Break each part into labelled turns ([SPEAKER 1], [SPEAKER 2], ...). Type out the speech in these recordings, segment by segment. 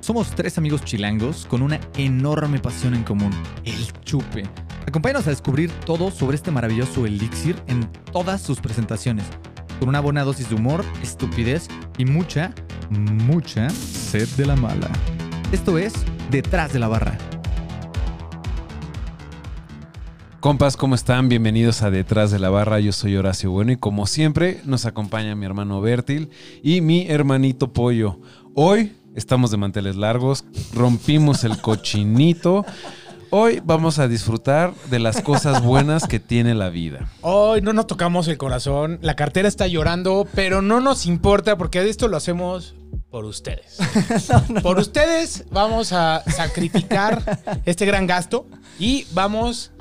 [SPEAKER 1] Somos tres amigos chilangos con una enorme pasión en común, el chupe. Acompáñanos a descubrir todo sobre este maravilloso elixir en todas sus presentaciones, con una buena dosis de humor, estupidez y mucha, mucha sed de la mala. Esto es Detrás de la Barra.
[SPEAKER 2] Compas, ¿cómo están? Bienvenidos a Detrás de la Barra. Yo soy Horacio Bueno y como siempre nos acompaña mi hermano Bertil y mi hermanito Pollo. Hoy estamos de manteles largos, rompimos el cochinito. Hoy vamos a disfrutar de las cosas buenas que tiene la vida.
[SPEAKER 3] Hoy no nos tocamos el corazón, la cartera está llorando, pero no nos importa porque esto lo hacemos por ustedes. por ustedes vamos a sacrificar este gran gasto y vamos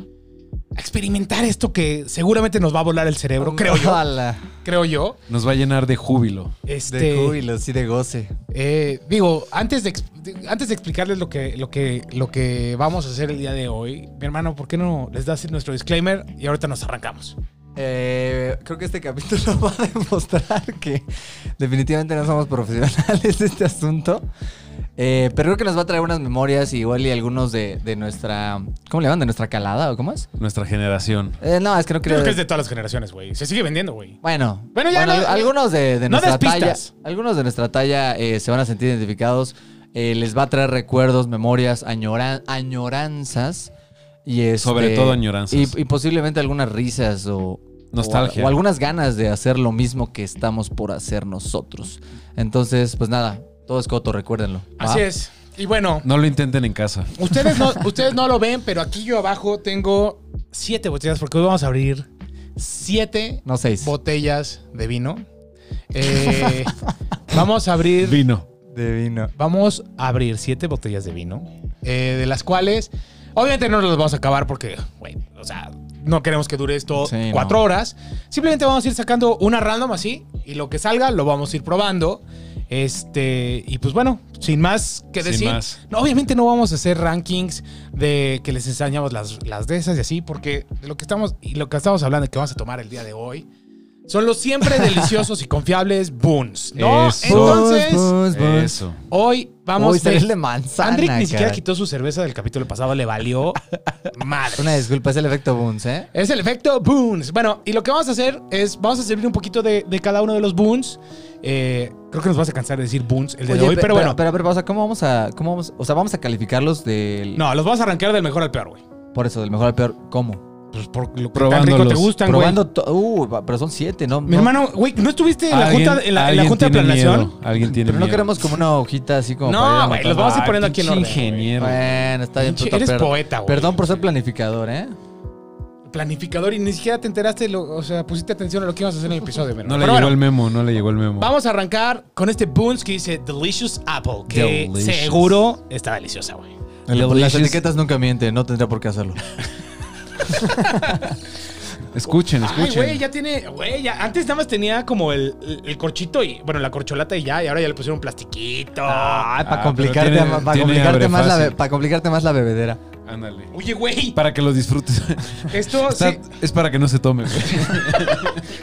[SPEAKER 3] a experimentar esto que seguramente nos va a volar el cerebro, creo yo,
[SPEAKER 4] Ojalá.
[SPEAKER 3] creo yo.
[SPEAKER 2] Nos va a llenar de júbilo.
[SPEAKER 3] Este,
[SPEAKER 4] De júbilo, sí, de goce.
[SPEAKER 3] eh, digo, antes de, ex- de- antes de explicarles lo que, lo, que, lo que vamos a hacer el día de hoy, mi hermano, ¿por qué no les das nuestro disclaimer y ahorita nos arrancamos?
[SPEAKER 4] Eh, creo que este capítulo va a demostrar que definitivamente no somos profesionales de este asunto. Eh, pero creo que nos va a traer unas memorias y igual y algunos de, de nuestra... ¿Cómo le llaman? ¿De nuestra calada o cómo es?
[SPEAKER 2] Nuestra generación.
[SPEAKER 4] Eh, no, es que no creo...
[SPEAKER 3] Creo que es de todas las generaciones, güey. Se sigue vendiendo, güey.
[SPEAKER 4] Bueno,
[SPEAKER 3] Bueno, ya no-
[SPEAKER 4] algunos de, de
[SPEAKER 3] no
[SPEAKER 4] nuestra
[SPEAKER 3] des
[SPEAKER 4] talla,
[SPEAKER 3] pistas.
[SPEAKER 4] algunos de nuestra talla eh, se van a sentir identificados, eh, les va a traer recuerdos, memorias, añora- añoranzas y este-
[SPEAKER 2] Sobre todo añoranzas.
[SPEAKER 4] y, y posiblemente algunas risas o
[SPEAKER 2] Nostalgia.
[SPEAKER 4] o, o algunas ganas de hacer lo mismo que estamos por hacer nosotros. Entonces, pues nada, todo es coto, recuérdenlo. ¿va?
[SPEAKER 3] Así es. Y bueno,
[SPEAKER 2] No lo intenten en casa.
[SPEAKER 3] ustedes no, ustedes no lo ven, pero aquí yo abajo tengo siete botellas, porque hoy vamos a abrir siete
[SPEAKER 4] No seis.
[SPEAKER 3] botellas de vino. Eh, vamos a abrir.
[SPEAKER 2] Vino.
[SPEAKER 4] De vino.
[SPEAKER 3] Vamos a abrir siete botellas de vino, eh, de las cuales obviamente no las vamos a acabar porque, güey, o sea, no queremos que dure esto
[SPEAKER 4] Sí,
[SPEAKER 3] cuatro
[SPEAKER 4] no.
[SPEAKER 3] horas. Simplemente vamos a ir sacando una random así y lo que salga lo vamos a ir probando. Este, y pues bueno, sin más que
[SPEAKER 2] Sin
[SPEAKER 3] decir,
[SPEAKER 2] más.
[SPEAKER 3] no, obviamente no vamos a hacer rankings de que les enseñamos las, las de esas y así, porque de lo que estamos y lo que estamos hablando y que vamos a tomar el día de hoy son los siempre deliciosos y confiables boons, ¿no?
[SPEAKER 2] Eso.
[SPEAKER 3] Entonces,
[SPEAKER 2] Eso.
[SPEAKER 3] Hoy vamos
[SPEAKER 4] Vamos
[SPEAKER 3] de-
[SPEAKER 4] a de manzana.
[SPEAKER 3] Andrick ni siquiera
[SPEAKER 4] caray.
[SPEAKER 3] quitó su cerveza del capítulo pasado, le valió madre.
[SPEAKER 4] Una disculpa, es el efecto Boons, ¿eh?
[SPEAKER 3] Es el efecto Boons. Bueno, y lo que vamos a hacer es, vamos a servir un poquito de, de cada uno de los Boons. Eh, creo que nos vas a cansar de decir Boons el de
[SPEAKER 4] Oye,
[SPEAKER 3] hoy,
[SPEAKER 4] pe-
[SPEAKER 3] pero bueno.
[SPEAKER 4] Pero, pero, o sea, ¿cómo vamos a. Cómo vamos, o sea, vamos a calificarlos del.
[SPEAKER 3] no, los vas a arrancar del mejor al peor, güey.
[SPEAKER 4] Por eso, del mejor al peor. ¿Cómo?
[SPEAKER 3] Pues por lo que tan
[SPEAKER 2] Probándolos.
[SPEAKER 3] rico te gustan, güey.
[SPEAKER 4] Probando. to- Uh, va- pero son siete, ¿no?
[SPEAKER 3] Mi
[SPEAKER 4] No-
[SPEAKER 3] hermano, güey, ¿no estuviste en la
[SPEAKER 2] Alguien-
[SPEAKER 3] junta, en la, en la
[SPEAKER 2] alguien
[SPEAKER 3] junta de
[SPEAKER 2] tiene
[SPEAKER 3] planeación?
[SPEAKER 2] miedo. Alguien tiene
[SPEAKER 4] Pero no
[SPEAKER 2] miedo.
[SPEAKER 4] queremos como una hojita así como.
[SPEAKER 3] No,
[SPEAKER 4] para ir
[SPEAKER 3] güey,
[SPEAKER 4] anotando.
[SPEAKER 3] los vamos a ir
[SPEAKER 2] Ah,
[SPEAKER 3] poniendo aquí en
[SPEAKER 2] pinche
[SPEAKER 3] orden, güey.
[SPEAKER 2] ingeniero.
[SPEAKER 4] Bueno, está bien,
[SPEAKER 3] Pinche,
[SPEAKER 4] puto,
[SPEAKER 3] eres
[SPEAKER 4] per-
[SPEAKER 3] poeta, güey.
[SPEAKER 4] Perdón por ser planificador, ¿eh?
[SPEAKER 3] Planificador y ni siquiera te enteraste, lo- o sea, pusiste atención a lo que íbamos a hacer en el episodio. mi hermano.
[SPEAKER 2] No le
[SPEAKER 3] Pero
[SPEAKER 2] llegó
[SPEAKER 3] bueno.
[SPEAKER 2] el memo, no le llegó el memo.
[SPEAKER 3] Vamos a arrancar con este Boons que dice Delicious Apple, que
[SPEAKER 2] Delicious.
[SPEAKER 3] seguro está deliciosa, güey.
[SPEAKER 4] Las etiquetas nunca mienten, no tendría por qué hacerlo.
[SPEAKER 2] Escuchen,
[SPEAKER 3] Ay,
[SPEAKER 2] escuchen.
[SPEAKER 3] güey, ya tiene, güey, ya antes nada más tenía como el, el- el corchito y, bueno, la corcholata y ya, y ahora ya le pusieron plastiquito.
[SPEAKER 4] Ay,
[SPEAKER 2] Ah, pero
[SPEAKER 4] para complicarte,
[SPEAKER 2] tiene-
[SPEAKER 4] ma- pa'
[SPEAKER 2] tiene abre
[SPEAKER 4] complicarte, más la be-
[SPEAKER 2] fácil.
[SPEAKER 4] pa' complicarte más la bebedera.
[SPEAKER 2] Ándale.
[SPEAKER 3] Oye, güey,
[SPEAKER 2] Para que los disfrutes.
[SPEAKER 3] esto
[SPEAKER 2] Está-
[SPEAKER 3] sí,
[SPEAKER 2] Es para que no se tome, güey.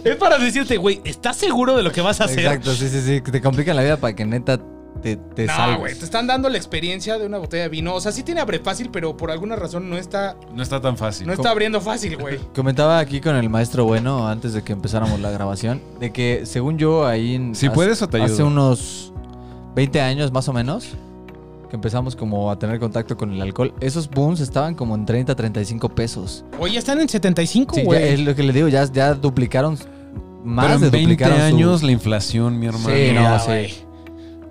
[SPEAKER 3] es para decirte, güey, ¿estás seguro de lo que vas
[SPEAKER 2] Ah,
[SPEAKER 3] a hacer?
[SPEAKER 4] Exacto, sí, sí, sí. que Te complican la vida para que neta te, te
[SPEAKER 3] No,
[SPEAKER 4] salves.
[SPEAKER 3] güey, te están dando la experiencia de una botella de vino. O sea, sí tiene abre fácil, pero por alguna razón no está,
[SPEAKER 2] No está tan fácil.
[SPEAKER 3] no está abriendo fácil, güey.
[SPEAKER 4] Comentaba aquí con el maestro Bueno antes de que empezáramos la grabación, de que según yo ahí en...
[SPEAKER 2] Si
[SPEAKER 4] hace-
[SPEAKER 2] puedes, o te ayudo.
[SPEAKER 4] Hace unos 20 años más o menos, que empezamos como a tener contacto con el alcohol, esos booms estaban como en 30, 35 pesos.
[SPEAKER 3] Oye, ya están en 75,
[SPEAKER 4] Sí, ya
[SPEAKER 3] güey.
[SPEAKER 4] es lo que le digo, ya, ya duplicaron, más
[SPEAKER 2] Pero en
[SPEAKER 4] de
[SPEAKER 2] 20
[SPEAKER 4] duplicaron su-
[SPEAKER 2] años la inflación, mi hermano.
[SPEAKER 4] Sí, no,
[SPEAKER 3] Ya,
[SPEAKER 4] sí.
[SPEAKER 3] güey.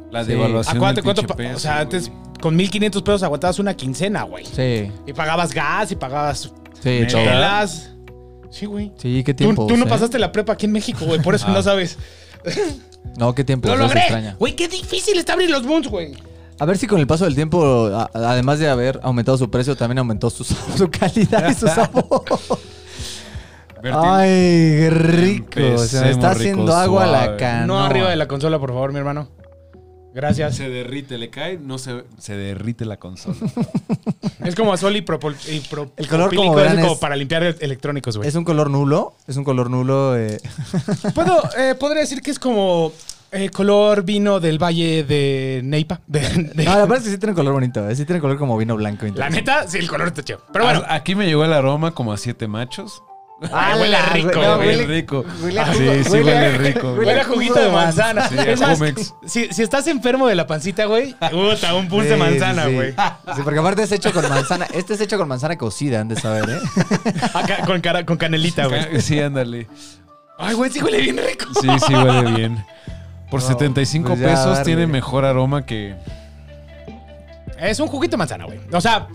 [SPEAKER 2] La
[SPEAKER 4] Sí.
[SPEAKER 2] devaluación.
[SPEAKER 3] Acuérdate
[SPEAKER 2] del
[SPEAKER 3] cuánto.
[SPEAKER 2] pinche
[SPEAKER 3] pa-
[SPEAKER 2] peso,
[SPEAKER 3] o sea,
[SPEAKER 2] güey.
[SPEAKER 3] antes con 1500 pesos aguantabas una quincena, güey.
[SPEAKER 4] Sí,
[SPEAKER 3] Y pagabas gas y pagabas
[SPEAKER 4] sí, todo.
[SPEAKER 3] chelas. Sí, güey.
[SPEAKER 4] Sí, qué eh.
[SPEAKER 3] Tú,
[SPEAKER 4] tiempo.
[SPEAKER 3] tú no pasaste la prepa aquí en México, güey. Por eso
[SPEAKER 2] Ah.
[SPEAKER 3] no sabes.
[SPEAKER 4] No, qué tiempo.
[SPEAKER 3] ¡Lo
[SPEAKER 4] pues se
[SPEAKER 3] logré!
[SPEAKER 4] extraña.
[SPEAKER 3] Güey, qué difícil está abrir los boons, güey.
[SPEAKER 4] A ver si con el paso del tiempo, a- además de haber aumentado su precio, también aumentó su, su calidad y su sabor.
[SPEAKER 2] Bertil,
[SPEAKER 4] Ay, qué rico. Se me
[SPEAKER 2] Empecemos
[SPEAKER 4] está
[SPEAKER 2] rico,
[SPEAKER 4] haciendo agua
[SPEAKER 2] suave.
[SPEAKER 4] la canoa.
[SPEAKER 3] no arriba de la consola, por favor, mi hermano. Gracias.
[SPEAKER 2] Se derrite, le cae, no se, se derrite la consola.
[SPEAKER 3] Es como azul y, propol, y pro-
[SPEAKER 4] El color,
[SPEAKER 3] propílico,
[SPEAKER 4] como
[SPEAKER 3] es
[SPEAKER 4] verán,
[SPEAKER 3] como
[SPEAKER 4] es-
[SPEAKER 3] para limpiar el- electrónicos, güey.
[SPEAKER 4] Es un color nulo. Es un color nulo. eh,
[SPEAKER 3] Puedo, eh, podría decir que es como Eh, color vino del Valle de Neipa. De- de-
[SPEAKER 4] No, Ah, la verdad es que sí tiene color bonito, ¿eh? sí tiene color como vino blanco.
[SPEAKER 3] la
[SPEAKER 4] interesante.
[SPEAKER 3] neta, sí, el color está chido.
[SPEAKER 4] Ah,
[SPEAKER 3] Pero bueno,
[SPEAKER 2] A- Ah, Aquí me llegó el aroma como a siete machos.
[SPEAKER 3] Ah, huele
[SPEAKER 4] la-
[SPEAKER 3] rico,
[SPEAKER 4] no,
[SPEAKER 3] güey.
[SPEAKER 2] Huele
[SPEAKER 4] huele-
[SPEAKER 2] rico.
[SPEAKER 4] huele a
[SPEAKER 2] Ah,
[SPEAKER 4] jugo-
[SPEAKER 2] sí, sí
[SPEAKER 4] huele a-
[SPEAKER 2] huele rico. güey.
[SPEAKER 3] huele a juguito de manzana.
[SPEAKER 2] Sí,
[SPEAKER 3] es
[SPEAKER 2] a
[SPEAKER 3] más,
[SPEAKER 2] Jumex.
[SPEAKER 3] si, si estás enfermo de la pancita, güey, puta, un pulse de
[SPEAKER 4] Sí, sí,
[SPEAKER 3] manzana,
[SPEAKER 4] sí.
[SPEAKER 3] güey.
[SPEAKER 4] Sí, porque aparte es hecho con manzana. Este es hecho con manzana cocida, han de saber, ¿eh?
[SPEAKER 3] Acá, con, cara- con canelita, güey.
[SPEAKER 2] Ah, Sí, ándale.
[SPEAKER 3] Ay, güey, sí huele bien rico.
[SPEAKER 2] Sí, sí huele bien. Por
[SPEAKER 4] No,
[SPEAKER 2] 75
[SPEAKER 4] pues ya,
[SPEAKER 2] pesos
[SPEAKER 4] darle.
[SPEAKER 2] tiene mejor aroma que...
[SPEAKER 3] Es un juguito de manzana, güey. O sea,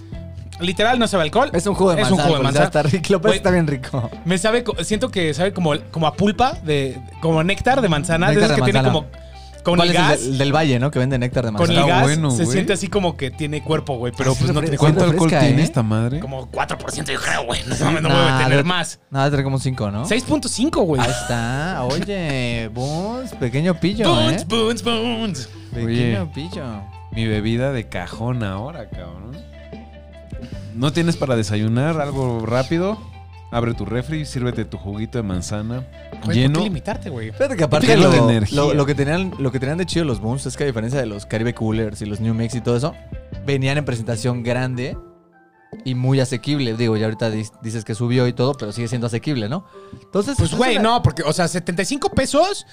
[SPEAKER 3] literal no sabe a alcohol.
[SPEAKER 4] Es un jugo de
[SPEAKER 3] Es
[SPEAKER 4] manzana.
[SPEAKER 3] un jugo de
[SPEAKER 4] porque
[SPEAKER 3] manzana.
[SPEAKER 4] Está rico, pero
[SPEAKER 3] Güey.
[SPEAKER 4] está bien rico.
[SPEAKER 3] Me sabe, co- siento que sabe como, como a pulpa, de, como a néctar de manzana.
[SPEAKER 4] Néctar
[SPEAKER 3] de esos
[SPEAKER 4] de
[SPEAKER 3] que tiene como.
[SPEAKER 4] manzana.
[SPEAKER 3] Con
[SPEAKER 4] ¿Cuál
[SPEAKER 3] el
[SPEAKER 4] es el
[SPEAKER 3] gas.
[SPEAKER 4] del, el del valle, no? Que vende néctar de
[SPEAKER 3] con
[SPEAKER 4] manzana.
[SPEAKER 3] el
[SPEAKER 2] Está
[SPEAKER 3] gas
[SPEAKER 2] bueno,
[SPEAKER 3] se
[SPEAKER 2] güey.
[SPEAKER 3] siente así como que tiene cuerpo, güey. Pero
[SPEAKER 4] Así
[SPEAKER 3] pues
[SPEAKER 4] lo
[SPEAKER 3] no
[SPEAKER 4] pre-
[SPEAKER 3] tiene
[SPEAKER 4] sí
[SPEAKER 2] ¿Cuánto
[SPEAKER 4] refresca,
[SPEAKER 2] alcohol tiene
[SPEAKER 4] ¿eh?
[SPEAKER 2] esta madre?
[SPEAKER 3] Como 4% yo creo, güey. No, mames, no voy a
[SPEAKER 4] Nah,
[SPEAKER 3] tener
[SPEAKER 4] de-
[SPEAKER 3] más.
[SPEAKER 4] Nada, trae como 5, ¿no?
[SPEAKER 3] 6.5, güey.
[SPEAKER 4] Ahí está. Oye, Bones, pequeño pillo,
[SPEAKER 3] Boons,
[SPEAKER 4] ¿eh?
[SPEAKER 3] boons, boons.
[SPEAKER 4] Pequeño pillo.
[SPEAKER 2] Mi bebida de cajón ahora, cabrón. ¿No tienes para desayunar algo rápido? Abre tu refri, sírvete tu juguito de manzana
[SPEAKER 3] Güey, ¿por
[SPEAKER 2] lleno.
[SPEAKER 3] qué limitarte, güey?
[SPEAKER 4] Fíjate que aparte
[SPEAKER 2] Fíjate
[SPEAKER 4] lo,
[SPEAKER 2] la energía.
[SPEAKER 4] lo- lo que tenían, lo que tenían de chido los Booms es que a diferencia de los Caribe Coolers y los New Mix y todo eso, venían en presentación grande y muy asequible. Digo, ya ahorita dis- dices que subió y todo, pero sigue siendo asequible, ¿no? Entonces,
[SPEAKER 3] Pues,
[SPEAKER 4] es
[SPEAKER 3] güey,
[SPEAKER 4] una-
[SPEAKER 3] no, porque, o sea, 75 pesos,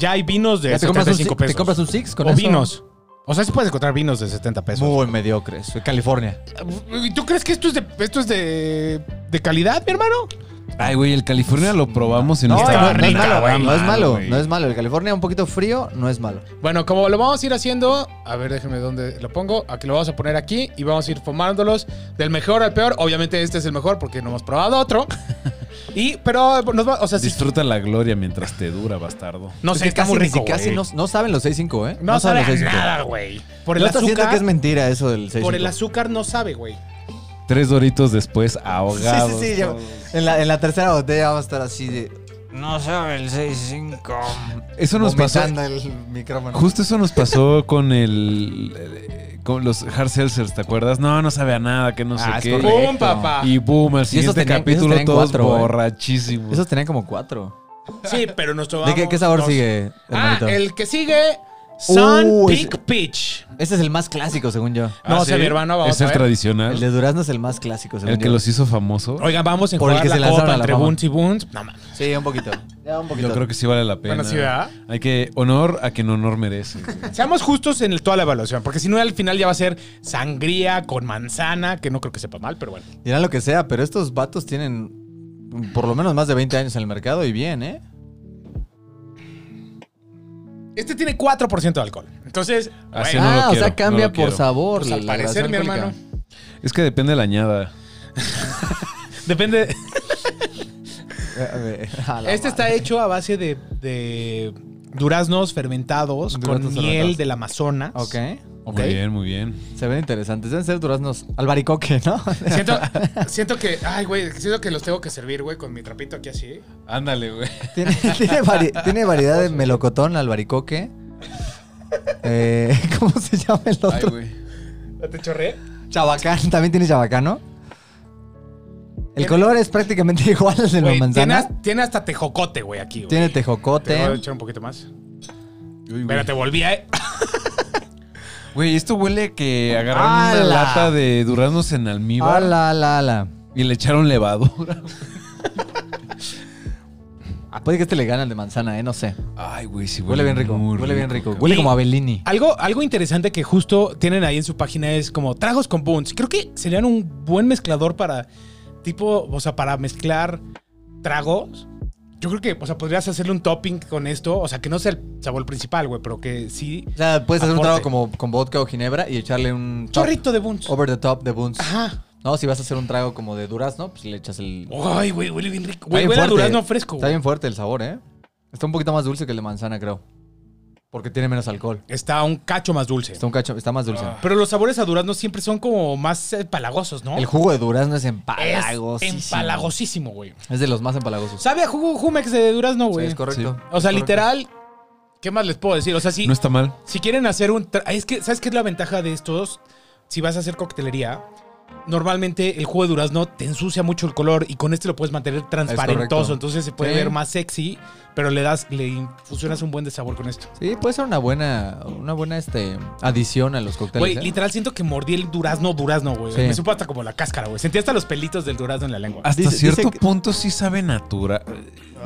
[SPEAKER 3] ya hay vinos de
[SPEAKER 4] Ya te compras, un,
[SPEAKER 3] 75
[SPEAKER 4] si-
[SPEAKER 3] pesos.
[SPEAKER 4] te compras un Six con
[SPEAKER 3] o
[SPEAKER 4] eso.
[SPEAKER 3] vinos. O sea, sí puedes encontrar vinos de 70 pesos.
[SPEAKER 4] Muy mediocres. Soy California.
[SPEAKER 3] ¿Y ¿Tú crees que esto es de, esto es de, de calidad, mi hermano?
[SPEAKER 2] Ay, güey, el California lo probamos y no,
[SPEAKER 4] No,
[SPEAKER 2] estaba
[SPEAKER 4] no, no es
[SPEAKER 2] rica,
[SPEAKER 4] malo,
[SPEAKER 2] güey.
[SPEAKER 4] no es malo,
[SPEAKER 2] güey.
[SPEAKER 4] no es malo. El California un poquito frío, no es malo.
[SPEAKER 3] Bueno, como lo vamos a ir haciendo, a ver, déjenme dónde lo pongo. Aquí lo vamos a poner aquí y vamos a ir formándolos del mejor al peor. Obviamente este es el mejor porque no hemos probado otro. y, pero nos va, o sea, sí,
[SPEAKER 2] Disfruta la gloria mientras te dura, bastardo.
[SPEAKER 3] no
[SPEAKER 4] Es
[SPEAKER 3] sé,
[SPEAKER 4] que
[SPEAKER 3] está
[SPEAKER 4] casi
[SPEAKER 3] muy
[SPEAKER 4] ni
[SPEAKER 3] rico,
[SPEAKER 4] si- Casi
[SPEAKER 3] güey.
[SPEAKER 4] no, no saben los 6-5, ¿eh?
[SPEAKER 3] No sabe a
[SPEAKER 4] 6-5.
[SPEAKER 3] nada, güey. Por el
[SPEAKER 4] Yo hasta siento
[SPEAKER 3] azúcar,
[SPEAKER 4] que es mentira eso del 6
[SPEAKER 3] por el azúcar no sabe, güey.
[SPEAKER 2] Tres doritos después ahogados.
[SPEAKER 4] Sí, sí, sí. ya-
[SPEAKER 2] todos.
[SPEAKER 4] en, la, en la tercera botella vamos a estar así de. No sabe el 6-5.
[SPEAKER 2] Eso nos pasó.
[SPEAKER 4] Vomitando el micrófono.
[SPEAKER 2] Justo eso nos pasó con el. eh, Con los hard seltzers, ¿te acuerdas? No, no sabe a nada, que no sé
[SPEAKER 4] Ah, es
[SPEAKER 2] qué.
[SPEAKER 4] correcto.
[SPEAKER 3] ¡Pum, papá!
[SPEAKER 2] Y boom, al siguiente
[SPEAKER 4] tenían-
[SPEAKER 2] capítulo
[SPEAKER 4] esos tenían
[SPEAKER 2] todos
[SPEAKER 4] cuatro, güey.
[SPEAKER 2] borrachísimos.
[SPEAKER 4] Esos tenían como 4.
[SPEAKER 3] Sí, pero nos tomamos
[SPEAKER 4] ¿De qué, qué sabor
[SPEAKER 3] dos.
[SPEAKER 4] sigue,
[SPEAKER 3] Ah,
[SPEAKER 4] hermanito?
[SPEAKER 3] el que sigue, Sun
[SPEAKER 4] Uh, ese-
[SPEAKER 3] Peak Peach.
[SPEAKER 4] Ese es el más clásico, según yo.
[SPEAKER 3] No, o sea, mi hermano, vamos
[SPEAKER 2] Ah, Es
[SPEAKER 3] a
[SPEAKER 2] el
[SPEAKER 3] ver.
[SPEAKER 2] tradicional.
[SPEAKER 4] Ah, El de Durazno es el más clásico,
[SPEAKER 2] el
[SPEAKER 4] según
[SPEAKER 2] que
[SPEAKER 4] yo.
[SPEAKER 2] los hizo famoso.
[SPEAKER 3] Oigan, vamos a
[SPEAKER 4] Por el
[SPEAKER 3] enjuagar
[SPEAKER 4] que
[SPEAKER 3] la
[SPEAKER 4] se lanzaron
[SPEAKER 3] copa
[SPEAKER 4] a la
[SPEAKER 3] entre
[SPEAKER 4] fama.
[SPEAKER 3] Boons y Boons. No, mames.
[SPEAKER 4] Sí, un poquito. Ya, un poquito.
[SPEAKER 2] Yo creo que sí vale la pena.
[SPEAKER 3] Bueno, sí, ¿verdad?
[SPEAKER 2] Hay que honor a quien honor merece.
[SPEAKER 3] Seamos justos en el- toda la evaluación, porque si no, al final ya va a ser sangría con manzana, que no creo que sepa mal, pero bueno.
[SPEAKER 4] Dirán lo que sea, pero estos vatos tienen por lo menos más de 20 años en el mercado y bien, ¿eh?
[SPEAKER 3] Este tiene 4% de alcohol. Entonces,
[SPEAKER 2] Así
[SPEAKER 3] bueno,
[SPEAKER 2] no lo
[SPEAKER 4] ah, o
[SPEAKER 2] quiero,
[SPEAKER 4] sea, cambia
[SPEAKER 2] no lo
[SPEAKER 4] por
[SPEAKER 2] quiero.
[SPEAKER 4] sabor.
[SPEAKER 3] pues,
[SPEAKER 4] la-
[SPEAKER 3] al
[SPEAKER 4] la
[SPEAKER 3] parecer,
[SPEAKER 4] graduación
[SPEAKER 3] mi
[SPEAKER 4] alcohólica.
[SPEAKER 3] hermano,
[SPEAKER 2] es que depende de la añada.
[SPEAKER 3] depende.
[SPEAKER 4] A ver, a la
[SPEAKER 3] Este está
[SPEAKER 4] madre.
[SPEAKER 3] hecho a base de, de duraznos fermentados con
[SPEAKER 4] Duraznos
[SPEAKER 3] miel
[SPEAKER 4] fermentados.
[SPEAKER 3] del Amazonas.
[SPEAKER 4] Ok.
[SPEAKER 3] Ok.
[SPEAKER 2] Muy bien, muy bien.
[SPEAKER 4] Se ven interesantes. Deben ser duraznos albaricoque, ¿no?
[SPEAKER 3] Siento, siento que, ay, güey, siento que los tengo que servir, güey, con mi trapito aquí así.
[SPEAKER 2] Ándale, güey.
[SPEAKER 4] tiene, tiene vari- tiene variedad de melocotón, albaricoque. Eh, ¿Cómo se llama el
[SPEAKER 2] Ay,
[SPEAKER 4] otro?
[SPEAKER 2] güey.
[SPEAKER 3] ¿Ya ¿Te chorré?
[SPEAKER 4] Chabacán. También tiene chabacán, ¿no? El
[SPEAKER 3] Tiene-
[SPEAKER 4] color es prácticamente igual al de la
[SPEAKER 3] Güey, tiene,
[SPEAKER 4] manzana.
[SPEAKER 3] has- tiene hasta tejocote, güey, aquí, güey.
[SPEAKER 4] Tiene
[SPEAKER 3] Te voy a
[SPEAKER 4] tejocote. Ah,
[SPEAKER 3] echar un poquito más.
[SPEAKER 2] Uy,
[SPEAKER 3] Pero
[SPEAKER 2] güey.
[SPEAKER 3] te volví a...
[SPEAKER 2] Güey, esto huele a que agarraron una
[SPEAKER 4] ¡Hala!
[SPEAKER 2] lata de duraznos en almíbar
[SPEAKER 4] Ala, ala, ala.
[SPEAKER 2] y le echaron levadura.
[SPEAKER 4] Puede que este le gane al de manzana, ¿eh? No sé.
[SPEAKER 2] Ay, güey, sí
[SPEAKER 4] Huele
[SPEAKER 2] huele.
[SPEAKER 4] bien rico.
[SPEAKER 2] muy
[SPEAKER 4] Huele bien rico.
[SPEAKER 2] cabrón.
[SPEAKER 4] Huele
[SPEAKER 3] Y-
[SPEAKER 4] como a Bellini.
[SPEAKER 3] Algo, algo interesante que justo tienen ahí en su página es como tragos con boons. Creo que serían un buen mezclador para tipo, o sea, para mezclar tragos. Yo creo que, o sea, podrías hacerle un topping con esto. O sea, que no sea el sabor principal, güey, pero que sí.
[SPEAKER 4] O sea, puedes hacer un
[SPEAKER 3] Aporte.
[SPEAKER 4] trago como con vodka o ginebra y echarle un top-
[SPEAKER 3] Chorrito de boons.
[SPEAKER 4] over the top de Buns.
[SPEAKER 3] Ajá.
[SPEAKER 4] No, si vas a hacer un trago como de durazno, pues le echas el.
[SPEAKER 3] Ay, güey, huele bien rico.
[SPEAKER 4] Está
[SPEAKER 3] Güey,
[SPEAKER 4] bien
[SPEAKER 3] huele a
[SPEAKER 4] fuerte.
[SPEAKER 3] durazno fresco,
[SPEAKER 4] Está
[SPEAKER 3] güey.
[SPEAKER 4] bien fuerte el sabor, ¿eh? Está un poquito más dulce que el de manzana, creo. Porque tiene menos alcohol.
[SPEAKER 3] Está un cacho más dulce.
[SPEAKER 4] Está un cacho, está más dulce.
[SPEAKER 3] Pero los sabores a durazno siempre son como más eh, palagosos, Ah, ¿no?
[SPEAKER 4] El jugo de durazno es
[SPEAKER 3] es
[SPEAKER 4] empalagosísimo.
[SPEAKER 3] empalagosísimo, güey.
[SPEAKER 4] Es de los más empalagosos.
[SPEAKER 3] Sabe a jugo Jumex de durazno,
[SPEAKER 4] Sí,
[SPEAKER 3] güey.
[SPEAKER 4] es correcto.
[SPEAKER 3] O sea,
[SPEAKER 4] Es correcto.
[SPEAKER 3] literal, ¿qué más les puedo decir? O sea, si,
[SPEAKER 2] No está mal.
[SPEAKER 3] si quieren hacer un... tra- Es que, ¿sabes qué es la ventaja de estos? Si vas a hacer coctelería, normalmente el jugo de durazno te ensucia mucho el color y con este lo puedes mantener transparentoso,
[SPEAKER 4] correcto.
[SPEAKER 3] entonces se puede
[SPEAKER 4] Sí.
[SPEAKER 3] ver más sexy, pero le das, le infusionas un buen de sabor con esto.
[SPEAKER 4] Sí, puede ser una buena, una buena este, adición a los
[SPEAKER 3] Güey,
[SPEAKER 4] cócteles. ¿eh?
[SPEAKER 3] literal siento que mordí el durazno, durazno, güey.
[SPEAKER 4] Sí. Ah.
[SPEAKER 3] Me supo hasta como la cáscara, güey. Sentí hasta los pelitos del durazno en la lengua.
[SPEAKER 2] Hasta
[SPEAKER 1] Dice- dice
[SPEAKER 2] cierto
[SPEAKER 1] que-
[SPEAKER 2] punto sí sabe natura.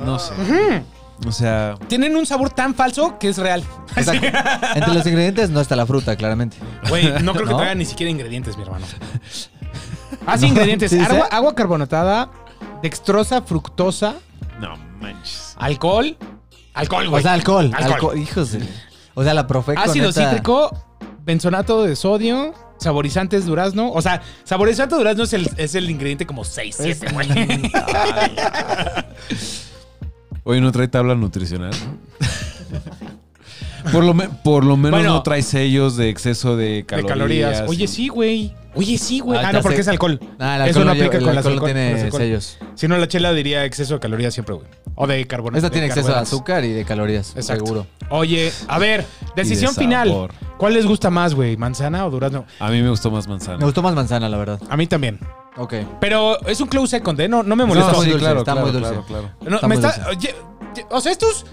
[SPEAKER 2] No sé. O sea,
[SPEAKER 3] Tienen un sabor tan falso que es real.
[SPEAKER 4] Exacto. Entre los ingredientes no está la fruta, claramente.
[SPEAKER 3] Güey, no creo que
[SPEAKER 4] ¿No?
[SPEAKER 3] traigan ni siquiera ingredientes, mi hermano. Ah, sí, ingredientes.
[SPEAKER 4] ¿Sí dice?
[SPEAKER 3] agua, agua carbonatada, dextrosa, fructosa,
[SPEAKER 2] no manches.
[SPEAKER 3] alcohol. Alcohol, güey.
[SPEAKER 4] O sea, alcohol.
[SPEAKER 3] Alcohol.
[SPEAKER 4] Alcohol. Hijos de- O sea, la profe
[SPEAKER 3] Ácido
[SPEAKER 4] neta-
[SPEAKER 3] cítrico, benzonato de sodio, saborizantes durazno. O sea, saborizante durazno es el, es el ingrediente como 6, 7, güey.
[SPEAKER 2] Hoy no trae tabla nutricional. por, lo me- por lo menos
[SPEAKER 3] Bueno.
[SPEAKER 2] no trae sellos de exceso de
[SPEAKER 3] De
[SPEAKER 2] calorías.
[SPEAKER 3] calorías. Oye,
[SPEAKER 2] y-
[SPEAKER 3] sí, güey. Oye, sí, güey.
[SPEAKER 4] Ah,
[SPEAKER 3] Ah,
[SPEAKER 4] te
[SPEAKER 3] no, porque
[SPEAKER 4] hace-
[SPEAKER 3] es alcohol.
[SPEAKER 4] Ah, el
[SPEAKER 3] Eso
[SPEAKER 4] alcohol
[SPEAKER 3] no
[SPEAKER 4] no lleva-
[SPEAKER 3] aplica
[SPEAKER 4] el
[SPEAKER 3] con las
[SPEAKER 4] alcohol no
[SPEAKER 3] alcohol-
[SPEAKER 4] tiene
[SPEAKER 3] los alcohol.
[SPEAKER 4] sellos.
[SPEAKER 3] Si no, la chela diría exceso de calorías siempre, güey. O de carbonato.
[SPEAKER 4] Esta tiene
[SPEAKER 3] de
[SPEAKER 4] exceso de
[SPEAKER 3] carbohidratos.
[SPEAKER 4] azúcar y de calorías,
[SPEAKER 3] Exacto.
[SPEAKER 4] seguro.
[SPEAKER 3] Oye, a ver,
[SPEAKER 2] y de
[SPEAKER 3] decisión final.
[SPEAKER 2] sabor.
[SPEAKER 3] ¿Cuál les gusta más, güey? ¿Manzana o durazno?
[SPEAKER 2] A mí me gustó más
[SPEAKER 4] Me
[SPEAKER 2] manzana.
[SPEAKER 4] gustó más manzana, la verdad.
[SPEAKER 3] A mí también.
[SPEAKER 4] Ok.
[SPEAKER 3] Pero es un close second, ¿eh? No, no me
[SPEAKER 4] No,
[SPEAKER 3] molesta.
[SPEAKER 4] está muy dulce, está muy dulce.
[SPEAKER 2] claro.
[SPEAKER 3] No,
[SPEAKER 4] está
[SPEAKER 3] me
[SPEAKER 4] muy
[SPEAKER 3] está- oye, oye, o sea, estos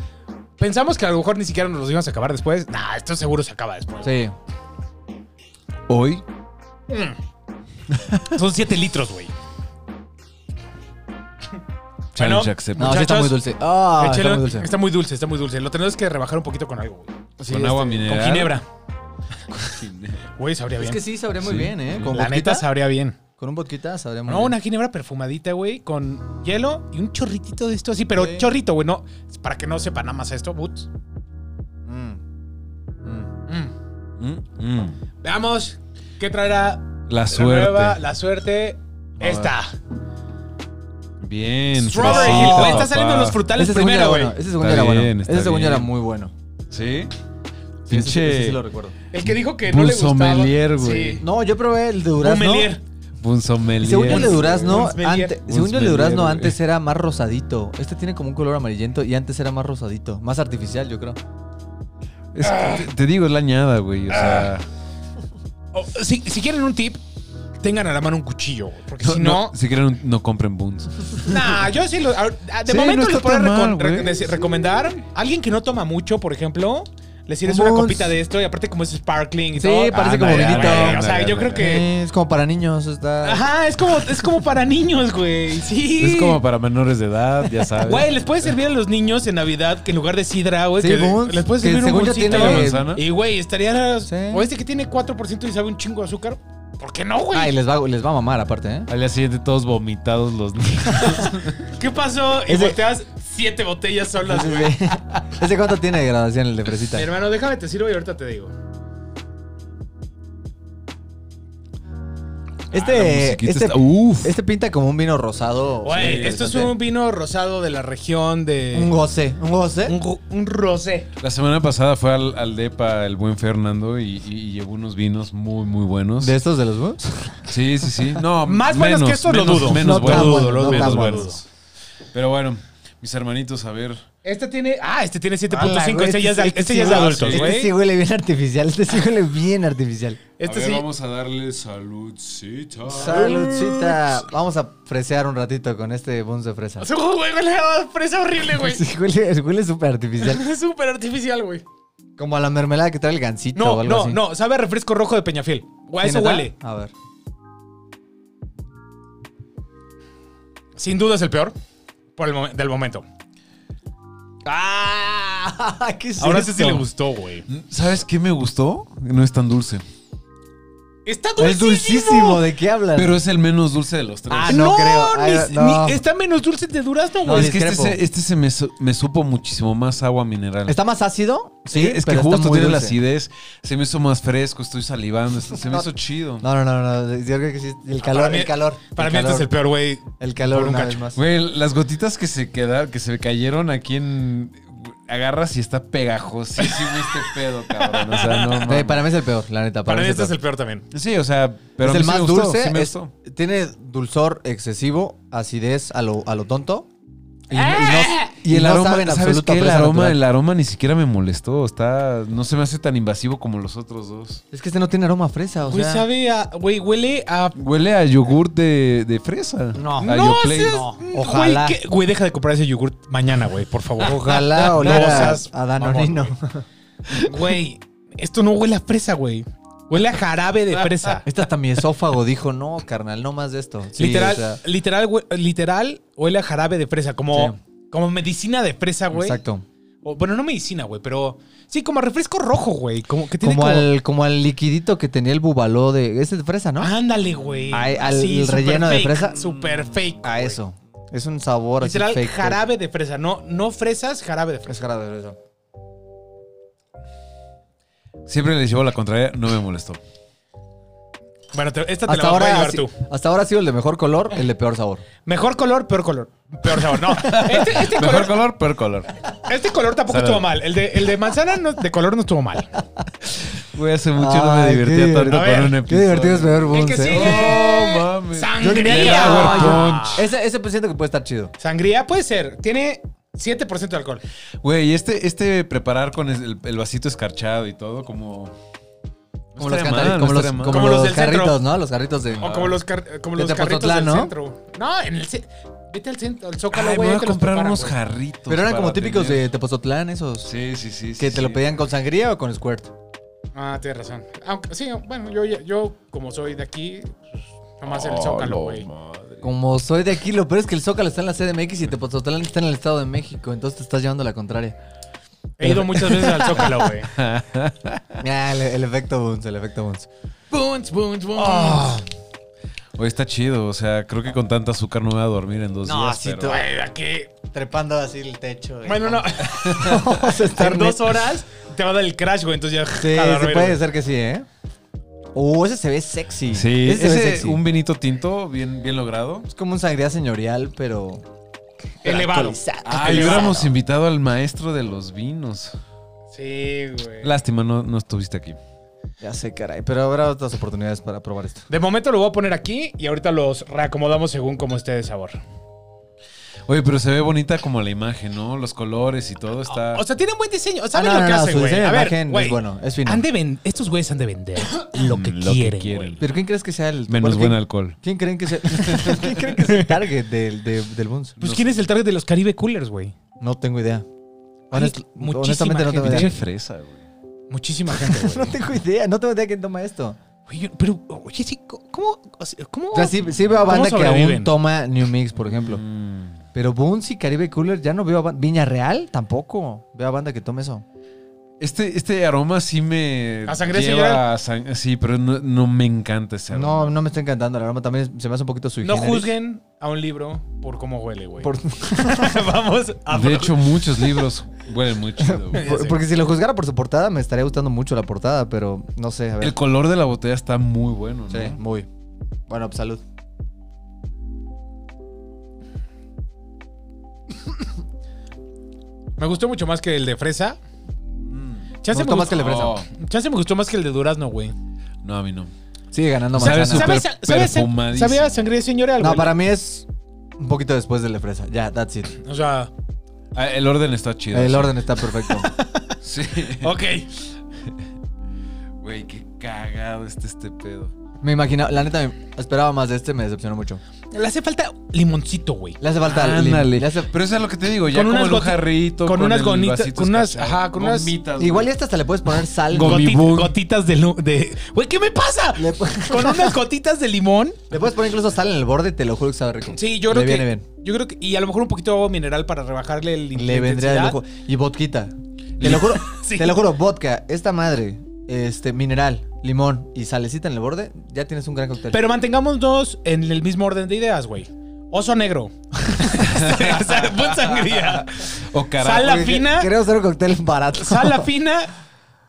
[SPEAKER 3] pensamos que a lo mejor ni siquiera nos los íbamos a acabar después. Nah, esto seguro se acaba después.
[SPEAKER 4] Sí.
[SPEAKER 2] Hoy
[SPEAKER 3] Son 7 litros, güey.
[SPEAKER 2] Challenge
[SPEAKER 3] Bueno,
[SPEAKER 2] accepted.
[SPEAKER 4] No, sí está
[SPEAKER 3] Muchachos,
[SPEAKER 4] muy dulce. Ah, está
[SPEAKER 3] Échelo-
[SPEAKER 4] muy dulce.
[SPEAKER 3] está muy dulce, está muy dulce. Lo tenemos que rebajar un poquito con algo, güey.
[SPEAKER 4] Sí,
[SPEAKER 2] con agua
[SPEAKER 4] este,
[SPEAKER 2] mineral.
[SPEAKER 3] Con ginebra. Mm,
[SPEAKER 2] Ginebra.
[SPEAKER 3] Güey, sabría
[SPEAKER 4] Es
[SPEAKER 3] bien.
[SPEAKER 4] que sí, sabría muy
[SPEAKER 2] Sí.
[SPEAKER 4] bien, ¿eh? Con
[SPEAKER 3] La neta
[SPEAKER 4] vodquita.
[SPEAKER 3] sabría bien.
[SPEAKER 4] Con un vodquita sabría muy
[SPEAKER 3] No,
[SPEAKER 4] bien.
[SPEAKER 3] una ginebra perfumadita, güey, con hielo y un chorritito de esto así, pero
[SPEAKER 4] Sí.
[SPEAKER 3] chorrito, güey, no, es para que no sepa nada más esto, Boots.
[SPEAKER 4] Mm. Mm.
[SPEAKER 3] Mm.
[SPEAKER 2] Mm, mm.
[SPEAKER 3] Veamos qué traerá
[SPEAKER 2] La
[SPEAKER 3] la nueva,
[SPEAKER 2] suerte.
[SPEAKER 3] la suerte.
[SPEAKER 2] ver.
[SPEAKER 3] Esta.
[SPEAKER 2] Bien.
[SPEAKER 3] Strawberry.
[SPEAKER 2] fresita,
[SPEAKER 3] Güey, está
[SPEAKER 2] papá.
[SPEAKER 3] saliendo los frutales
[SPEAKER 4] Ese segundo
[SPEAKER 3] primero,
[SPEAKER 4] era
[SPEAKER 3] güey.
[SPEAKER 4] bueno. Ese segundo
[SPEAKER 2] Está
[SPEAKER 4] era bueno.
[SPEAKER 2] bien, está
[SPEAKER 4] Ese segundo era
[SPEAKER 2] bien.
[SPEAKER 4] muy bueno.
[SPEAKER 2] Sí.
[SPEAKER 4] Sí, ese-
[SPEAKER 2] Pinche.
[SPEAKER 4] ese sí lo recuerdo.
[SPEAKER 3] El que dijo que no le gustaba.
[SPEAKER 2] Bunsomelier, güey.
[SPEAKER 3] Sí.
[SPEAKER 4] No, yo probé el de durazno.
[SPEAKER 3] Bunsomelier.
[SPEAKER 2] Un sommelier.
[SPEAKER 4] Según yo el de
[SPEAKER 3] Buns-
[SPEAKER 4] durazno,
[SPEAKER 3] Bunsmelier.
[SPEAKER 4] ante- según yo el de durazno
[SPEAKER 2] Bunsmelier,
[SPEAKER 4] antes era más rosadito. Este tiene como un color amarillento y antes era más rosadito, más artificial, yo creo.
[SPEAKER 2] Es que te, te digo, es la añada, güey. O
[SPEAKER 3] Ah.
[SPEAKER 2] sea,
[SPEAKER 3] Oh, si, si quieren un tip, tengan a la mano un cuchillo, güey, porque si no,
[SPEAKER 2] si quieren, no compren Boons.
[SPEAKER 3] Nah, yo sí lo. a- De
[SPEAKER 2] Sí,
[SPEAKER 3] momento
[SPEAKER 2] no
[SPEAKER 3] les
[SPEAKER 2] está
[SPEAKER 3] puedo
[SPEAKER 2] tan
[SPEAKER 3] reco-
[SPEAKER 2] mal,
[SPEAKER 3] re-
[SPEAKER 2] güey.
[SPEAKER 3] deci- recomendar. Alguien que no toma mucho, por ejemplo, le sirves
[SPEAKER 4] Un
[SPEAKER 3] una
[SPEAKER 4] Bols.
[SPEAKER 3] copita de esto y aparte, como es sparkling y
[SPEAKER 4] Sí,
[SPEAKER 3] todo.
[SPEAKER 4] parece como
[SPEAKER 3] ándale,
[SPEAKER 4] vinito.
[SPEAKER 3] ándale, O sea, yo creo que.
[SPEAKER 4] Eh, Es como para niños, está.
[SPEAKER 3] Ajá, es como, es como para niños, güey. Sí.
[SPEAKER 2] Es como para menores de edad, ya sabes.
[SPEAKER 3] Güey, les puede servir a los niños en Navidad que en lugar de sidra, güey.
[SPEAKER 4] Sí,
[SPEAKER 3] que
[SPEAKER 4] Bols,
[SPEAKER 3] les puede
[SPEAKER 4] que
[SPEAKER 3] servir un
[SPEAKER 4] según yo
[SPEAKER 3] bolsito.
[SPEAKER 4] tiene-
[SPEAKER 2] Manzana.
[SPEAKER 3] Y, güey, estaría.
[SPEAKER 4] Sí.
[SPEAKER 3] O este que tiene 4% y sabe un chingo de azúcar. ¿Por qué no,
[SPEAKER 4] Ay,
[SPEAKER 3] güey?
[SPEAKER 4] les va, les va a mamar aparte, ¿eh?
[SPEAKER 2] Al día siguiente, todos vomitados los niños.
[SPEAKER 3] ¿Qué pasó? Y
[SPEAKER 4] Ese-
[SPEAKER 3] volteas siete botellas solas, güey.
[SPEAKER 4] Ese- ¿Ese cuánto tiene de graduación el de fresita?
[SPEAKER 3] Mi hermano, déjame te sirvo y ahorita te digo.
[SPEAKER 2] Ah,
[SPEAKER 4] Este, este,
[SPEAKER 2] Uf.
[SPEAKER 4] este pinta como un vino rosado.
[SPEAKER 3] Güey,
[SPEAKER 4] Sí,
[SPEAKER 3] esto es un
[SPEAKER 4] bastante.
[SPEAKER 3] vino rosado de la región de.
[SPEAKER 4] Un goce. ¿Un goce?
[SPEAKER 3] un, ru- un rosé.
[SPEAKER 2] La semana pasada fue al, al DEPA el buen Fernando y, y- y llevó unos vinos muy, muy buenos.
[SPEAKER 4] ¿De estos de los Bulls?
[SPEAKER 2] Sí, sí, sí. No,
[SPEAKER 3] Más buenos que estos, lo
[SPEAKER 2] menos-
[SPEAKER 3] dudo.
[SPEAKER 2] Menos
[SPEAKER 4] No tan
[SPEAKER 2] buenos.
[SPEAKER 4] bueno, no
[SPEAKER 2] menos
[SPEAKER 4] tan
[SPEAKER 2] buenos.
[SPEAKER 3] bueno.
[SPEAKER 2] Pero bueno, mis hermanitos, a ver.
[SPEAKER 3] Este tiene. Ah, este tiene
[SPEAKER 4] Ala,
[SPEAKER 3] 7.5.
[SPEAKER 4] güey,
[SPEAKER 3] Este ya es de-
[SPEAKER 4] sí-
[SPEAKER 3] este ya es
[SPEAKER 4] sí-
[SPEAKER 3] de adultos,
[SPEAKER 2] sí.
[SPEAKER 3] güey.
[SPEAKER 4] Este sí huele bien artificial. Este sí huele bien artificial.
[SPEAKER 3] Este
[SPEAKER 2] a ver,
[SPEAKER 3] sí.
[SPEAKER 2] vamos a darle saludcita.
[SPEAKER 4] Saludcita. Vamos a fresear un ratito con este buns de fresa.
[SPEAKER 3] Su- güey, huele a fresa horrible, güey.
[SPEAKER 4] Sí, huele huele súper artificial.
[SPEAKER 3] Es súper artificial, güey.
[SPEAKER 4] Como a la mermelada que trae el gancito o
[SPEAKER 3] No,
[SPEAKER 4] algo
[SPEAKER 3] no,
[SPEAKER 4] así.
[SPEAKER 3] no. Sabe a refresco rojo de Peñafiel. Güey, a
[SPEAKER 4] ¿Sí,
[SPEAKER 3] eso
[SPEAKER 4] neta?
[SPEAKER 3] huele.
[SPEAKER 4] A ver.
[SPEAKER 3] Sin duda es el peor. Por el momen- del momento.
[SPEAKER 4] ¡Ah! ¿Qué es
[SPEAKER 3] Ahora sí sí
[SPEAKER 4] esto?
[SPEAKER 3] le gustó, güey.
[SPEAKER 2] ¿Sabes qué me gustó? No es tan dulce.
[SPEAKER 3] Está dulcísimo.
[SPEAKER 4] Es dulcísimo. ¿De qué hablas?
[SPEAKER 2] Pero es el menos dulce de los tres.
[SPEAKER 4] Ah,
[SPEAKER 3] no,
[SPEAKER 4] No creo. Ay,
[SPEAKER 3] ni-
[SPEAKER 4] no.
[SPEAKER 3] ni- está menos dulce de durazno,
[SPEAKER 4] No,
[SPEAKER 3] güey.
[SPEAKER 2] es que este,
[SPEAKER 4] discrepo.
[SPEAKER 2] se, este se me, su- me supo muchísimo más agua mineral.
[SPEAKER 4] ¿Está más ácido? Sí,
[SPEAKER 2] es que
[SPEAKER 4] pero está
[SPEAKER 2] justo
[SPEAKER 4] muy
[SPEAKER 2] tiene la
[SPEAKER 4] dulce.
[SPEAKER 2] acidez. Se me hizo más fresco, estoy salivando. esto- se me hizo chido.
[SPEAKER 4] No, no, no, no. Yo creo que sí. El calor,
[SPEAKER 3] Para mí-
[SPEAKER 4] el calor.
[SPEAKER 3] Para
[SPEAKER 4] el
[SPEAKER 3] mí este
[SPEAKER 4] calor,
[SPEAKER 3] es el peor, güey.
[SPEAKER 4] el calor
[SPEAKER 3] por un
[SPEAKER 4] una
[SPEAKER 3] cacho.
[SPEAKER 4] vez más.
[SPEAKER 2] Güey, las gotitas que se quedaron, que se cayeron aquí en. Agarras y está pegajosísimo este pedo, cabrón. O sea, no.
[SPEAKER 4] Güey,
[SPEAKER 2] mames.
[SPEAKER 4] para mí este es el peor, la neta. Para,
[SPEAKER 3] Para mí
[SPEAKER 4] mí
[SPEAKER 3] este es
[SPEAKER 4] peor.
[SPEAKER 3] el peor también.
[SPEAKER 2] Sí, o sea, pero
[SPEAKER 4] es
[SPEAKER 2] a mí
[SPEAKER 4] el
[SPEAKER 2] sí
[SPEAKER 4] más
[SPEAKER 2] me gustó,
[SPEAKER 4] dulce.
[SPEAKER 2] sí me
[SPEAKER 4] es-
[SPEAKER 2] gustó.
[SPEAKER 4] tiene dulzor excesivo, acidez a lo, a lo tonto.
[SPEAKER 2] Y, y
[SPEAKER 3] ¡Eh!
[SPEAKER 2] no- y el
[SPEAKER 4] No
[SPEAKER 2] aroma,
[SPEAKER 4] saben
[SPEAKER 2] ¿sabes
[SPEAKER 4] absoluto
[SPEAKER 2] qué? El
[SPEAKER 4] fresa
[SPEAKER 2] aroma,
[SPEAKER 4] natural.
[SPEAKER 2] el aroma ni siquiera me molestó. Está, no se me hace tan invasivo como los otros dos.
[SPEAKER 4] Es que este no tiene aroma a fresa, o
[SPEAKER 3] Güey,
[SPEAKER 4] sea.
[SPEAKER 3] sabe a- Güey, huele a...
[SPEAKER 2] Huele a yogur de, de fresa.
[SPEAKER 4] No.
[SPEAKER 2] A
[SPEAKER 3] No,
[SPEAKER 2] Yoplait.
[SPEAKER 3] seas-
[SPEAKER 4] no.
[SPEAKER 3] Güey,
[SPEAKER 4] Ojalá.
[SPEAKER 3] ¿qué- Güey, deja de comprar ese yogurt mañana, güey, por favor.
[SPEAKER 4] Ojalá
[SPEAKER 3] No
[SPEAKER 4] oliera
[SPEAKER 3] seas
[SPEAKER 4] a Danonino.
[SPEAKER 3] Güey, esto no huele a fresa, güey. Huele a jarabe de fresa.
[SPEAKER 4] Este hasta mi esófago dijo, no, carnal, no más de esto. Sí,
[SPEAKER 3] literal,
[SPEAKER 4] o sea,
[SPEAKER 3] literal, güey, literal, huele a jarabe de fresa. Como, como medicina de fresa, güey.
[SPEAKER 4] exacto.
[SPEAKER 3] O, bueno, no medicina, güey, pero sí, como a refresco rojo, güey. Como que tiene
[SPEAKER 4] Como,
[SPEAKER 3] como.
[SPEAKER 4] al, como al liquidito que tenía el bubaló de. Ese de fresa, ¿no?
[SPEAKER 3] Ándale, güey.
[SPEAKER 4] Ay, al
[SPEAKER 3] Así, super
[SPEAKER 4] relleno de
[SPEAKER 3] fake,
[SPEAKER 4] fresa.
[SPEAKER 3] Super fake.
[SPEAKER 4] a
[SPEAKER 3] güey.
[SPEAKER 4] eso. Es un sabor así.
[SPEAKER 3] Literal,
[SPEAKER 4] fake, fake.
[SPEAKER 3] jarabe de fresa. No, no fresas, jarabe de fresa.
[SPEAKER 4] Es jarabe de fresa.
[SPEAKER 2] Siempre les llevo la contraria, no me molestó.
[SPEAKER 3] Bueno, te- esta te la vas
[SPEAKER 4] Hasta
[SPEAKER 3] a
[SPEAKER 4] ahora,
[SPEAKER 3] llevar
[SPEAKER 4] ha si-
[SPEAKER 3] tú.
[SPEAKER 4] hasta ahora ha sido el de mejor color, el de peor sabor.
[SPEAKER 3] Mejor color, peor color. Peor sabor, no. Este, este
[SPEAKER 2] Mejor
[SPEAKER 3] color,
[SPEAKER 2] color, peor color.
[SPEAKER 3] este color tampoco
[SPEAKER 2] Sabe.
[SPEAKER 3] estuvo mal. El de, el de manzana no- de color no estuvo mal.
[SPEAKER 2] Güey, hace mucho no me
[SPEAKER 4] Ay, qué
[SPEAKER 2] divertía tanto
[SPEAKER 3] divertido.
[SPEAKER 2] con
[SPEAKER 3] A ver,
[SPEAKER 2] un
[SPEAKER 3] qué
[SPEAKER 2] episodio.
[SPEAKER 4] beber
[SPEAKER 3] El que sigue.
[SPEAKER 2] No mames.
[SPEAKER 4] Yo diría que-
[SPEAKER 3] Sangría.
[SPEAKER 4] Ah,
[SPEAKER 2] Power
[SPEAKER 3] Eh,
[SPEAKER 4] Ese, ese siento que puede estar chido.
[SPEAKER 3] Sangría puede ser. Tiene 7% de alcohol.
[SPEAKER 2] Güey, este, este preparar con el, el vasito escarchado y todo, como. no
[SPEAKER 4] Como los,
[SPEAKER 2] estaría
[SPEAKER 4] cantari-
[SPEAKER 2] mal, no
[SPEAKER 4] como los,
[SPEAKER 2] estaría mal.
[SPEAKER 4] como
[SPEAKER 3] Como los
[SPEAKER 4] los
[SPEAKER 3] del
[SPEAKER 4] carritos,
[SPEAKER 3] centro.
[SPEAKER 4] ¿no? Los carritos de.
[SPEAKER 3] O como los, car- como
[SPEAKER 4] De
[SPEAKER 3] los carritos del
[SPEAKER 4] Tepoztlán, ¿no?
[SPEAKER 3] centro. No, en el ce- Vete al centro, al
[SPEAKER 2] Ay,
[SPEAKER 3] Zócalo,
[SPEAKER 2] me
[SPEAKER 3] güey.
[SPEAKER 2] voy
[SPEAKER 3] ahí
[SPEAKER 2] a
[SPEAKER 3] te los
[SPEAKER 2] comprar
[SPEAKER 3] preparan,
[SPEAKER 2] unos
[SPEAKER 3] güey.
[SPEAKER 2] jarritos.
[SPEAKER 4] Pero eran como
[SPEAKER 2] para
[SPEAKER 4] típicos
[SPEAKER 2] tener.
[SPEAKER 4] de Tepozotlán, esos.
[SPEAKER 2] Sí, sí, sí. sí,
[SPEAKER 4] que te lo
[SPEAKER 2] sí.
[SPEAKER 4] pedían con sangría o con squirt.
[SPEAKER 3] Ah, tienes razón. Aunque, sí, bueno, yo, yo como soy de aquí, pues, nomás el
[SPEAKER 2] Oh,
[SPEAKER 3] Zócalo,
[SPEAKER 2] la
[SPEAKER 3] güey.
[SPEAKER 2] madre.
[SPEAKER 4] Como soy de aquí, lo peor es que el Zócalo está en la CDMX y Tepozotlán está en el Estado de México. Entonces te estás llevando la contraria.
[SPEAKER 3] He ido muchas veces al Zócalo, güey.
[SPEAKER 4] Ah, el, el efecto Boons, el efecto Boons.
[SPEAKER 3] Boons, boons, boons.
[SPEAKER 4] Ah,
[SPEAKER 2] Oye, está chido. O sea, creo que con tanta azúcar no voy a dormir en dos
[SPEAKER 4] No,
[SPEAKER 2] días.
[SPEAKER 4] sí,
[SPEAKER 2] pero-
[SPEAKER 4] tú-
[SPEAKER 3] Güey, aquí.
[SPEAKER 4] Trepando así el techo. güey.
[SPEAKER 3] Bueno, no.
[SPEAKER 4] Vamos a estar
[SPEAKER 3] en
[SPEAKER 4] net-
[SPEAKER 3] dos horas te va a dar el crash, güey. Entonces ya.
[SPEAKER 4] Sí,
[SPEAKER 3] a
[SPEAKER 4] sí
[SPEAKER 3] dormir,
[SPEAKER 4] puede
[SPEAKER 3] güey.
[SPEAKER 4] ser que sí, ¿eh? Uh, ese se ve sexy.
[SPEAKER 2] Sí,
[SPEAKER 4] ese, se ve
[SPEAKER 2] ese,
[SPEAKER 4] sexy.
[SPEAKER 2] un vinito tinto bien, bien logrado.
[SPEAKER 4] Es como un sangría señorial, pero.
[SPEAKER 3] Elevado.
[SPEAKER 4] alcoholizado.
[SPEAKER 2] Ah, y hubiéramos invitado al maestro de los vinos.
[SPEAKER 3] Sí, güey.
[SPEAKER 2] Lástima, no, no estuviste aquí.
[SPEAKER 4] Ya sé, caray. Pero habrá otras oportunidades para probar esto.
[SPEAKER 3] De momento lo voy a poner aquí y ahorita los reacomodamos según como esté de sabor.
[SPEAKER 2] Oye, pero se ve bonita como la imagen, ¿no? Los colores y todo está.
[SPEAKER 3] O sea, tienen buen diseño. ¿Saben
[SPEAKER 4] Ah,
[SPEAKER 3] lo
[SPEAKER 4] no, no,
[SPEAKER 3] que
[SPEAKER 4] no,
[SPEAKER 3] hacen,
[SPEAKER 4] su
[SPEAKER 3] güey?
[SPEAKER 4] diseño de
[SPEAKER 3] A ver,
[SPEAKER 4] imagen
[SPEAKER 3] güey.
[SPEAKER 4] es bueno, es fino.
[SPEAKER 3] Han de ven- Estos güeyes han de vender lo que
[SPEAKER 2] mm, Lo que
[SPEAKER 3] quieren.
[SPEAKER 2] quieren.
[SPEAKER 3] güey.
[SPEAKER 4] ¿Pero quién crees que sea el.
[SPEAKER 2] menos
[SPEAKER 4] bueno,
[SPEAKER 2] buen
[SPEAKER 4] quién-
[SPEAKER 2] alcohol.
[SPEAKER 4] ¿Quién creen que sea, ¿quién creen que sea el target del, de- del Buns?
[SPEAKER 3] Pues, ¿quién es el target de los Caribe Coolers, güey?
[SPEAKER 4] No tengo idea. Honest-
[SPEAKER 3] muchísima
[SPEAKER 4] honestamente, no tengo
[SPEAKER 3] gente.
[SPEAKER 4] idea.
[SPEAKER 2] Pinche fresa, güey.
[SPEAKER 3] Muchísima gente,
[SPEAKER 4] No
[SPEAKER 3] güey.
[SPEAKER 4] tengo idea. No tengo idea quién toma esto.
[SPEAKER 3] Güey, yo- Pero, oye, sí, ¿cómo? o sea, ¿Cómo?
[SPEAKER 4] O sea, sí, sí veo a
[SPEAKER 3] ¿Cómo
[SPEAKER 4] banda que aún
[SPEAKER 3] sobreviven?
[SPEAKER 4] toma New Mix, por ejemplo.
[SPEAKER 2] Mm.
[SPEAKER 4] Pero Buns y Caribe Cooler ya no veo a banda. Viña Real tampoco. Veo a banda que tome eso.
[SPEAKER 2] Este, este aroma sí me.
[SPEAKER 3] ¿A sangría
[SPEAKER 2] lleva a sang- Sí, pero no, no me encanta ese aroma.
[SPEAKER 4] No, no me está encantando. La aroma también se me hace un poquito sui
[SPEAKER 3] No
[SPEAKER 4] generis.
[SPEAKER 3] juzguen a un libro por cómo huele, güey.
[SPEAKER 4] Por-
[SPEAKER 3] Vamos a
[SPEAKER 2] De hecho, muchos libros huelen muy chido. güey.
[SPEAKER 4] por- porque si lo juzgara por su portada, me estaría gustando mucho la portada, pero no sé. A ver.
[SPEAKER 2] El color de la botella está muy bueno, ¿no?
[SPEAKER 4] Sí, muy. Bueno, pues salud.
[SPEAKER 3] Me gustó mucho más que el de fresa.
[SPEAKER 2] Mm.
[SPEAKER 4] Me
[SPEAKER 3] Chance me,
[SPEAKER 4] gustó
[SPEAKER 3] gustó,
[SPEAKER 4] más que el de fresa.
[SPEAKER 2] No,
[SPEAKER 3] chance me gustó más que el de durazno, güey.
[SPEAKER 2] no, a mí no.
[SPEAKER 4] Sigue ganando
[SPEAKER 2] ¿Sabes
[SPEAKER 4] manzana.
[SPEAKER 2] Súper
[SPEAKER 3] ¿Sabes? ¿Sabes?
[SPEAKER 2] perfumadísimo.
[SPEAKER 3] ¿Sabía sangría señora?
[SPEAKER 4] No, para mí es un poquito después del de fresa. Ya, that's it.
[SPEAKER 3] O sea,
[SPEAKER 2] Ah, El orden está chido.
[SPEAKER 4] El
[SPEAKER 2] sí.
[SPEAKER 4] orden está perfecto.
[SPEAKER 2] Sí.
[SPEAKER 3] ok.
[SPEAKER 2] Güey, qué cagado está este pedo.
[SPEAKER 4] Me imaginaba, la neta, me- esperaba más de este, me decepcionó mucho.
[SPEAKER 3] Le hace falta limoncito, güey.
[SPEAKER 4] Le hace falta lim-
[SPEAKER 2] Ándale.
[SPEAKER 4] le hace-
[SPEAKER 2] Pero eso es lo que te digo, ya
[SPEAKER 3] Con
[SPEAKER 2] con
[SPEAKER 3] unas
[SPEAKER 2] como el
[SPEAKER 3] goti-
[SPEAKER 2] jarrito,
[SPEAKER 3] con unas gonitas- con unas- ajá, con unas-
[SPEAKER 4] Igual y hasta hasta le puedes poner sal.
[SPEAKER 2] Go-
[SPEAKER 4] ¿no?
[SPEAKER 2] Gummy
[SPEAKER 3] Goti-
[SPEAKER 2] boom.
[SPEAKER 3] gotitas de, lu- de... Güey, ¿qué me pasa?
[SPEAKER 4] Le, pu-
[SPEAKER 3] Con unas gotitas de limón.
[SPEAKER 4] le puedes poner incluso sal en el borde, te lo juro que sabe rico.
[SPEAKER 3] Sí, yo creo
[SPEAKER 4] le
[SPEAKER 3] que...
[SPEAKER 4] viene bien.
[SPEAKER 3] Yo creo que... Y a lo mejor un poquito de agua mineral para rebajarle el...
[SPEAKER 4] Le vendría de
[SPEAKER 3] el
[SPEAKER 4] lujo. Y vodquita. Te lo juro,
[SPEAKER 3] Sí.
[SPEAKER 4] te lo juro, vodka, esta madre, este, mineral, limón y salecita en el borde, ya tienes un gran cóctel.
[SPEAKER 3] Pero mantengamos dos en el mismo orden de ideas, güey. Oso negro. o sea, buen sangría.
[SPEAKER 2] O
[SPEAKER 3] Sal
[SPEAKER 2] carajo.
[SPEAKER 3] la fina.
[SPEAKER 4] Creo hacer un cóctel barato.
[SPEAKER 3] Sala fina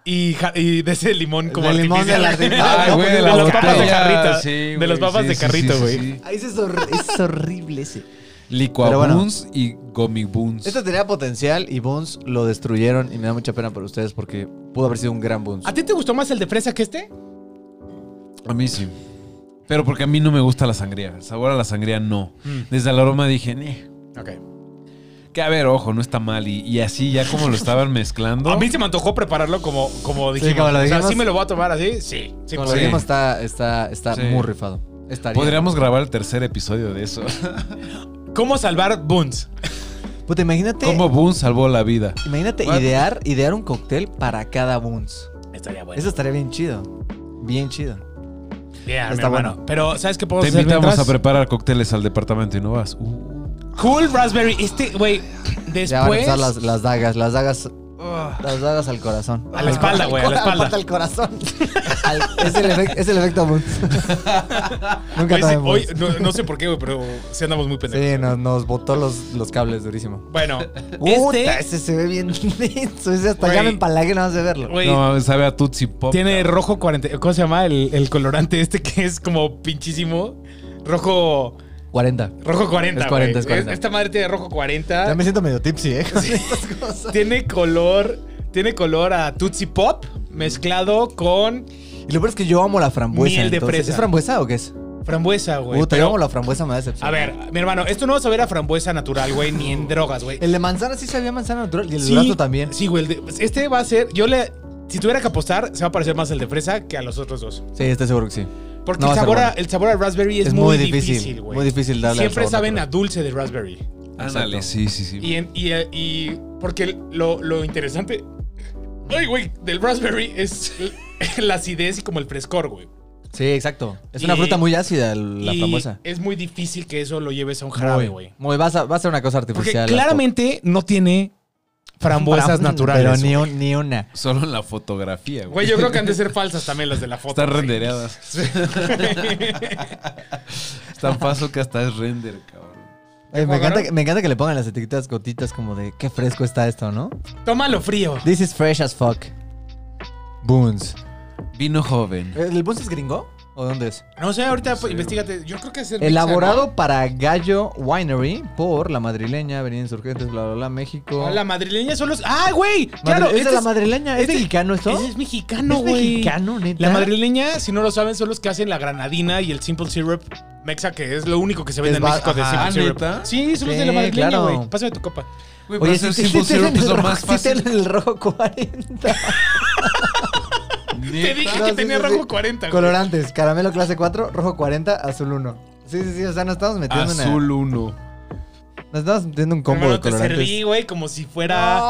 [SPEAKER 3] y, ja- y de ese limón como
[SPEAKER 4] Del limón Ah,
[SPEAKER 3] artificial.
[SPEAKER 4] del artificial.
[SPEAKER 2] Ay, Ah, güey, de
[SPEAKER 3] de,
[SPEAKER 2] la
[SPEAKER 3] las papas de
[SPEAKER 2] botella,
[SPEAKER 3] carrito.
[SPEAKER 2] sí,
[SPEAKER 3] de
[SPEAKER 2] güey,
[SPEAKER 3] las papas
[SPEAKER 2] sí,
[SPEAKER 3] de
[SPEAKER 2] sí,
[SPEAKER 3] carrito,
[SPEAKER 2] sí,
[SPEAKER 3] güey.
[SPEAKER 2] sí.
[SPEAKER 4] Ay, ese es, hor- ese es horrible ese.
[SPEAKER 2] Licuabuns y gummy buns.
[SPEAKER 4] Esto tenía potencial y Bones lo destruyeron y me da mucha pena por ustedes porque pudo haber sido un gran Bones.
[SPEAKER 3] ¿A ti te gustó más el de fresa que este?
[SPEAKER 2] A mí sí. Pero porque a
[SPEAKER 3] Mm.
[SPEAKER 2] mí no me gusta la sangría. El sabor a la sangría no. Desde el aroma dije, "Neh".
[SPEAKER 3] Ok.
[SPEAKER 2] Que a ver, ojo, no está mal. Y, y así ya como lo estaban mezclando.
[SPEAKER 3] A mí se me antojó prepararlo como, como dijimos.
[SPEAKER 4] como lo
[SPEAKER 3] O sea,
[SPEAKER 4] dijimos.
[SPEAKER 3] ¿sí me lo voy a tomar así? Sí. sí,
[SPEAKER 4] Como
[SPEAKER 3] sí.
[SPEAKER 4] lo dijimos, está, está, está
[SPEAKER 2] Sí.
[SPEAKER 4] muy rifado. Estaría.
[SPEAKER 2] Podríamos grabar el tercer episodio de eso.
[SPEAKER 3] ¿Cómo salvar Boons?
[SPEAKER 4] Puta, imagínate.
[SPEAKER 2] Cómo Boone salvó la vida.
[SPEAKER 4] Imagínate
[SPEAKER 2] What?
[SPEAKER 4] idear, idear un cóctel para cada buns.
[SPEAKER 3] Estaría bueno.
[SPEAKER 4] Eso estaría bien chido. Bien chido.
[SPEAKER 3] Yeah, mi
[SPEAKER 4] está
[SPEAKER 3] hermano.
[SPEAKER 4] bueno.
[SPEAKER 3] Pero, ¿sabes qué puedo
[SPEAKER 2] Te
[SPEAKER 3] hacer
[SPEAKER 2] invitamos a
[SPEAKER 3] mientras?
[SPEAKER 2] preparar cócteles al departamento y no vas. Uh.
[SPEAKER 3] Cool Raspberry. Este, güey,
[SPEAKER 4] Ya van a
[SPEAKER 3] después...
[SPEAKER 4] empezar las, las dagas, las dagas. Las dagas al corazón.
[SPEAKER 3] A la espalda, güey, a la espalda.
[SPEAKER 4] Al corazón. Al- es, el efec- es el efecto buns. Nunca
[SPEAKER 3] Güey, sí,
[SPEAKER 4] sabemos.
[SPEAKER 3] hoy, no, no sé por qué, güey, pero sí andamos muy pendejos.
[SPEAKER 4] Sí, nos, nos botó los, los cables durísimo.
[SPEAKER 3] Bueno,
[SPEAKER 4] Puta,
[SPEAKER 3] este
[SPEAKER 4] ese se ve bien denso. Ese hasta ya
[SPEAKER 3] Güey.
[SPEAKER 4] me empalagué nada más de verlo.
[SPEAKER 3] Güey.
[SPEAKER 2] No, mames, sabe a Tootsie Pop.
[SPEAKER 3] tiene rojo 40... ¿Cómo se llama el, el colorante este que es como pinchísimo? Rojo...
[SPEAKER 4] 40.
[SPEAKER 3] Rojo 40,
[SPEAKER 4] Es 40,
[SPEAKER 3] güey.
[SPEAKER 4] es 40.
[SPEAKER 3] Esta madre tiene rojo 40.
[SPEAKER 4] Ya me siento medio tipsy, eh.
[SPEAKER 3] Tiene color... Tiene color a Tootsie Pop mezclado con
[SPEAKER 4] Y lo peor es que yo amo la frambuesa.
[SPEAKER 3] Miel de
[SPEAKER 4] entonces.
[SPEAKER 3] fresa.
[SPEAKER 4] ¿Es frambuesa o qué es?
[SPEAKER 3] frambuesa, güey.
[SPEAKER 4] Puta,
[SPEAKER 3] Pero-
[SPEAKER 4] yo amo la frambuesa, me da decepción.
[SPEAKER 3] A ver, mi hermano, esto no vas a ver a frambuesa natural, güey, ni en drogas, güey.
[SPEAKER 4] El de manzana sí sabía manzana natural y el
[SPEAKER 3] Sí,
[SPEAKER 4] durazno también.
[SPEAKER 3] Sí, güey. el de- Este va a ser. Yo le. Si tuviera que apostar, se va a parecer más el de fresa que a los otros dos.
[SPEAKER 4] Sí, estoy seguro que sí.
[SPEAKER 3] Porque
[SPEAKER 4] No
[SPEAKER 3] el,
[SPEAKER 4] va a ser
[SPEAKER 3] sabor a,
[SPEAKER 4] bueno.
[SPEAKER 3] el sabor al raspberry es, muy difícil, güey.
[SPEAKER 4] muy difícil darle al
[SPEAKER 3] Siempre
[SPEAKER 4] sabor
[SPEAKER 3] saben a
[SPEAKER 4] natural.
[SPEAKER 3] dulce de raspberry.
[SPEAKER 2] Ándale,
[SPEAKER 4] Exacto.
[SPEAKER 2] sí, sí, sí.
[SPEAKER 3] Y, en- y, eh, y- porque lo, lo interesante. Ay, güey, del raspberry es la acidez y como el frescor, güey.
[SPEAKER 4] Sí, exacto. Es una
[SPEAKER 3] Y-
[SPEAKER 4] fruta muy ácida el- la
[SPEAKER 3] Y
[SPEAKER 4] frambuesa.
[SPEAKER 3] Es muy difícil que eso lo lleves a un
[SPEAKER 4] Muy,
[SPEAKER 3] jarabe, güey.
[SPEAKER 4] muy va, a, ser- va a ser una cosa
[SPEAKER 3] Porque
[SPEAKER 4] artificial.
[SPEAKER 3] claramente no tiene frambuesas
[SPEAKER 4] Fram-
[SPEAKER 3] naturales.
[SPEAKER 4] Pero
[SPEAKER 3] güey.
[SPEAKER 4] ni, un- ni una.
[SPEAKER 2] Solo en la fotografía,
[SPEAKER 3] Güey,
[SPEAKER 2] güey.
[SPEAKER 3] yo creo que han de ser falsas también las de la foto.
[SPEAKER 2] Están
[SPEAKER 3] güey.
[SPEAKER 2] rendereadas. Es tan fácil que hasta es render, cabrón.
[SPEAKER 4] Oye, Eh, me, encanta,
[SPEAKER 3] agarrar?
[SPEAKER 4] que- me encanta que le pongan las etiquetas gotitas como de qué fresco está esto, ¿no?
[SPEAKER 3] Tómalo frío.
[SPEAKER 4] This is fresh as fuck. Boons.
[SPEAKER 2] Vino joven.
[SPEAKER 4] ¿El Boons es gringo? ¿O dónde es?
[SPEAKER 3] No sé, ahorita pues, investigate. Yo creo que es cerveza,
[SPEAKER 4] Elaborado para Gallo Winery por la madrileña, Avenida Insurgentes, bla, bla, bla,
[SPEAKER 3] ¿no?
[SPEAKER 4] México.
[SPEAKER 3] Ah, La madrileña solo es. ¡Ah, güey! Claro,
[SPEAKER 4] ¿Es
[SPEAKER 3] este
[SPEAKER 4] de la
[SPEAKER 3] es,
[SPEAKER 4] madrileña? ¿Es
[SPEAKER 3] este-
[SPEAKER 4] mexicano esto?
[SPEAKER 3] ese es mexicano,
[SPEAKER 4] ¿Es
[SPEAKER 3] güey.
[SPEAKER 4] mexicano, neta?
[SPEAKER 3] La madrileña, si no lo saben, son los que hacen la granadina y el simple syrup mexa, que es lo único que se vende
[SPEAKER 4] Es
[SPEAKER 3] en
[SPEAKER 4] va-
[SPEAKER 3] México de
[SPEAKER 4] ajá,
[SPEAKER 3] simple syrup.
[SPEAKER 2] ¿neta?
[SPEAKER 3] Sí, son los de la
[SPEAKER 4] Sí,
[SPEAKER 3] madrileña,
[SPEAKER 4] claro.
[SPEAKER 3] güey. Pásame tu copa.
[SPEAKER 2] Güey,
[SPEAKER 4] Oye,
[SPEAKER 2] pero
[SPEAKER 4] sí,
[SPEAKER 2] hacer
[SPEAKER 4] sí,
[SPEAKER 2] Simple
[SPEAKER 4] sí tienen
[SPEAKER 2] Syrup es
[SPEAKER 4] el
[SPEAKER 2] lo
[SPEAKER 4] rojo-
[SPEAKER 2] más
[SPEAKER 4] sí
[SPEAKER 2] fácil.
[SPEAKER 4] tienen el rojo 40.
[SPEAKER 3] Te dije
[SPEAKER 4] No,
[SPEAKER 3] que
[SPEAKER 4] sí,
[SPEAKER 3] tenía
[SPEAKER 4] sí,
[SPEAKER 3] rango
[SPEAKER 4] sí.
[SPEAKER 3] 40. güey.
[SPEAKER 4] Colorantes, caramelo clase 4, rojo 40, azul 1. Sí, sí, sí, o sea, nos estamos metiendo en
[SPEAKER 2] Azul 1.
[SPEAKER 4] Nos estamos metiendo un combo
[SPEAKER 3] Hermano,
[SPEAKER 4] de
[SPEAKER 3] te
[SPEAKER 4] colorantes. Oh.
[SPEAKER 3] serví, güey, como si fuera.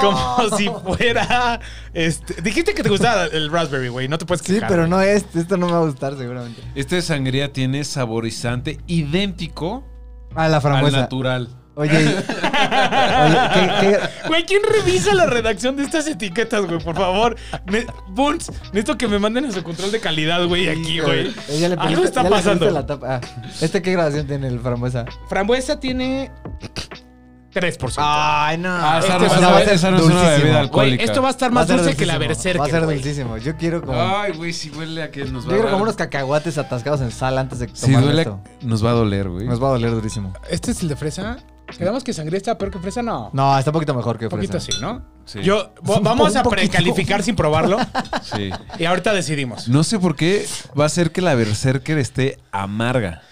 [SPEAKER 3] Como si fuera. Este, dijiste que te gustaba el raspberry, güey. No te puedes
[SPEAKER 4] Sí,
[SPEAKER 3] quejar.
[SPEAKER 4] pero
[SPEAKER 3] güey.
[SPEAKER 4] no es, esto no me va a gustar seguramente.
[SPEAKER 2] Este sangría tiene saborizante idéntico
[SPEAKER 4] Ah, la
[SPEAKER 2] al
[SPEAKER 4] frambuesa.
[SPEAKER 2] natural.
[SPEAKER 4] Oye, y- oye, ¿qué, qué,
[SPEAKER 3] Güey, ¿quién revisa la redacción de estas etiquetas, güey? Por favor. Ne Buns, necesito que me manden a su control de calidad, güey, aquí, güey.
[SPEAKER 4] Eh, Ya le
[SPEAKER 2] Ah,
[SPEAKER 3] Algo
[SPEAKER 4] perdiste-
[SPEAKER 3] está
[SPEAKER 4] ya le perdiste
[SPEAKER 3] pasando.
[SPEAKER 4] la tapa. Ah, ¿Este qué grabación tiene el frambuesa?
[SPEAKER 3] Frambuesa tiene 3%.
[SPEAKER 4] no.
[SPEAKER 2] Ah, esa,
[SPEAKER 3] este
[SPEAKER 2] no,
[SPEAKER 3] va
[SPEAKER 2] es
[SPEAKER 3] a
[SPEAKER 2] una-
[SPEAKER 3] ser
[SPEAKER 2] esa no es una bebida
[SPEAKER 3] Güey,
[SPEAKER 2] alcohólica.
[SPEAKER 3] esto va a estar más dulce que la Berserker.
[SPEAKER 4] Va a ser
[SPEAKER 3] güey.
[SPEAKER 4] dulcísimo. Yo quiero como.
[SPEAKER 2] Ay, güey, si huele a que nos Ah, va a
[SPEAKER 4] yo quiero como
[SPEAKER 2] dar.
[SPEAKER 4] unos cacahuates atascados en sal antes de tomar
[SPEAKER 2] Si duele,
[SPEAKER 4] esto.
[SPEAKER 2] nos va a doler, güey.
[SPEAKER 4] Nos va a doler durísimo.
[SPEAKER 3] ¿Este es el de fresa? ¿Quedamos que sangría está peor que fresa? No.
[SPEAKER 4] No, está un poquito mejor que
[SPEAKER 3] un poquito
[SPEAKER 4] fresa.
[SPEAKER 3] así, ¿no?
[SPEAKER 2] Sí.
[SPEAKER 3] Yo, vo-
[SPEAKER 4] Un
[SPEAKER 3] vamos
[SPEAKER 4] po-
[SPEAKER 3] a
[SPEAKER 4] un poquito.
[SPEAKER 3] precalificar sin probarlo
[SPEAKER 2] Sí.
[SPEAKER 3] y ahorita decidimos.
[SPEAKER 2] No sé por qué va a ser que la Berserker esté amarga.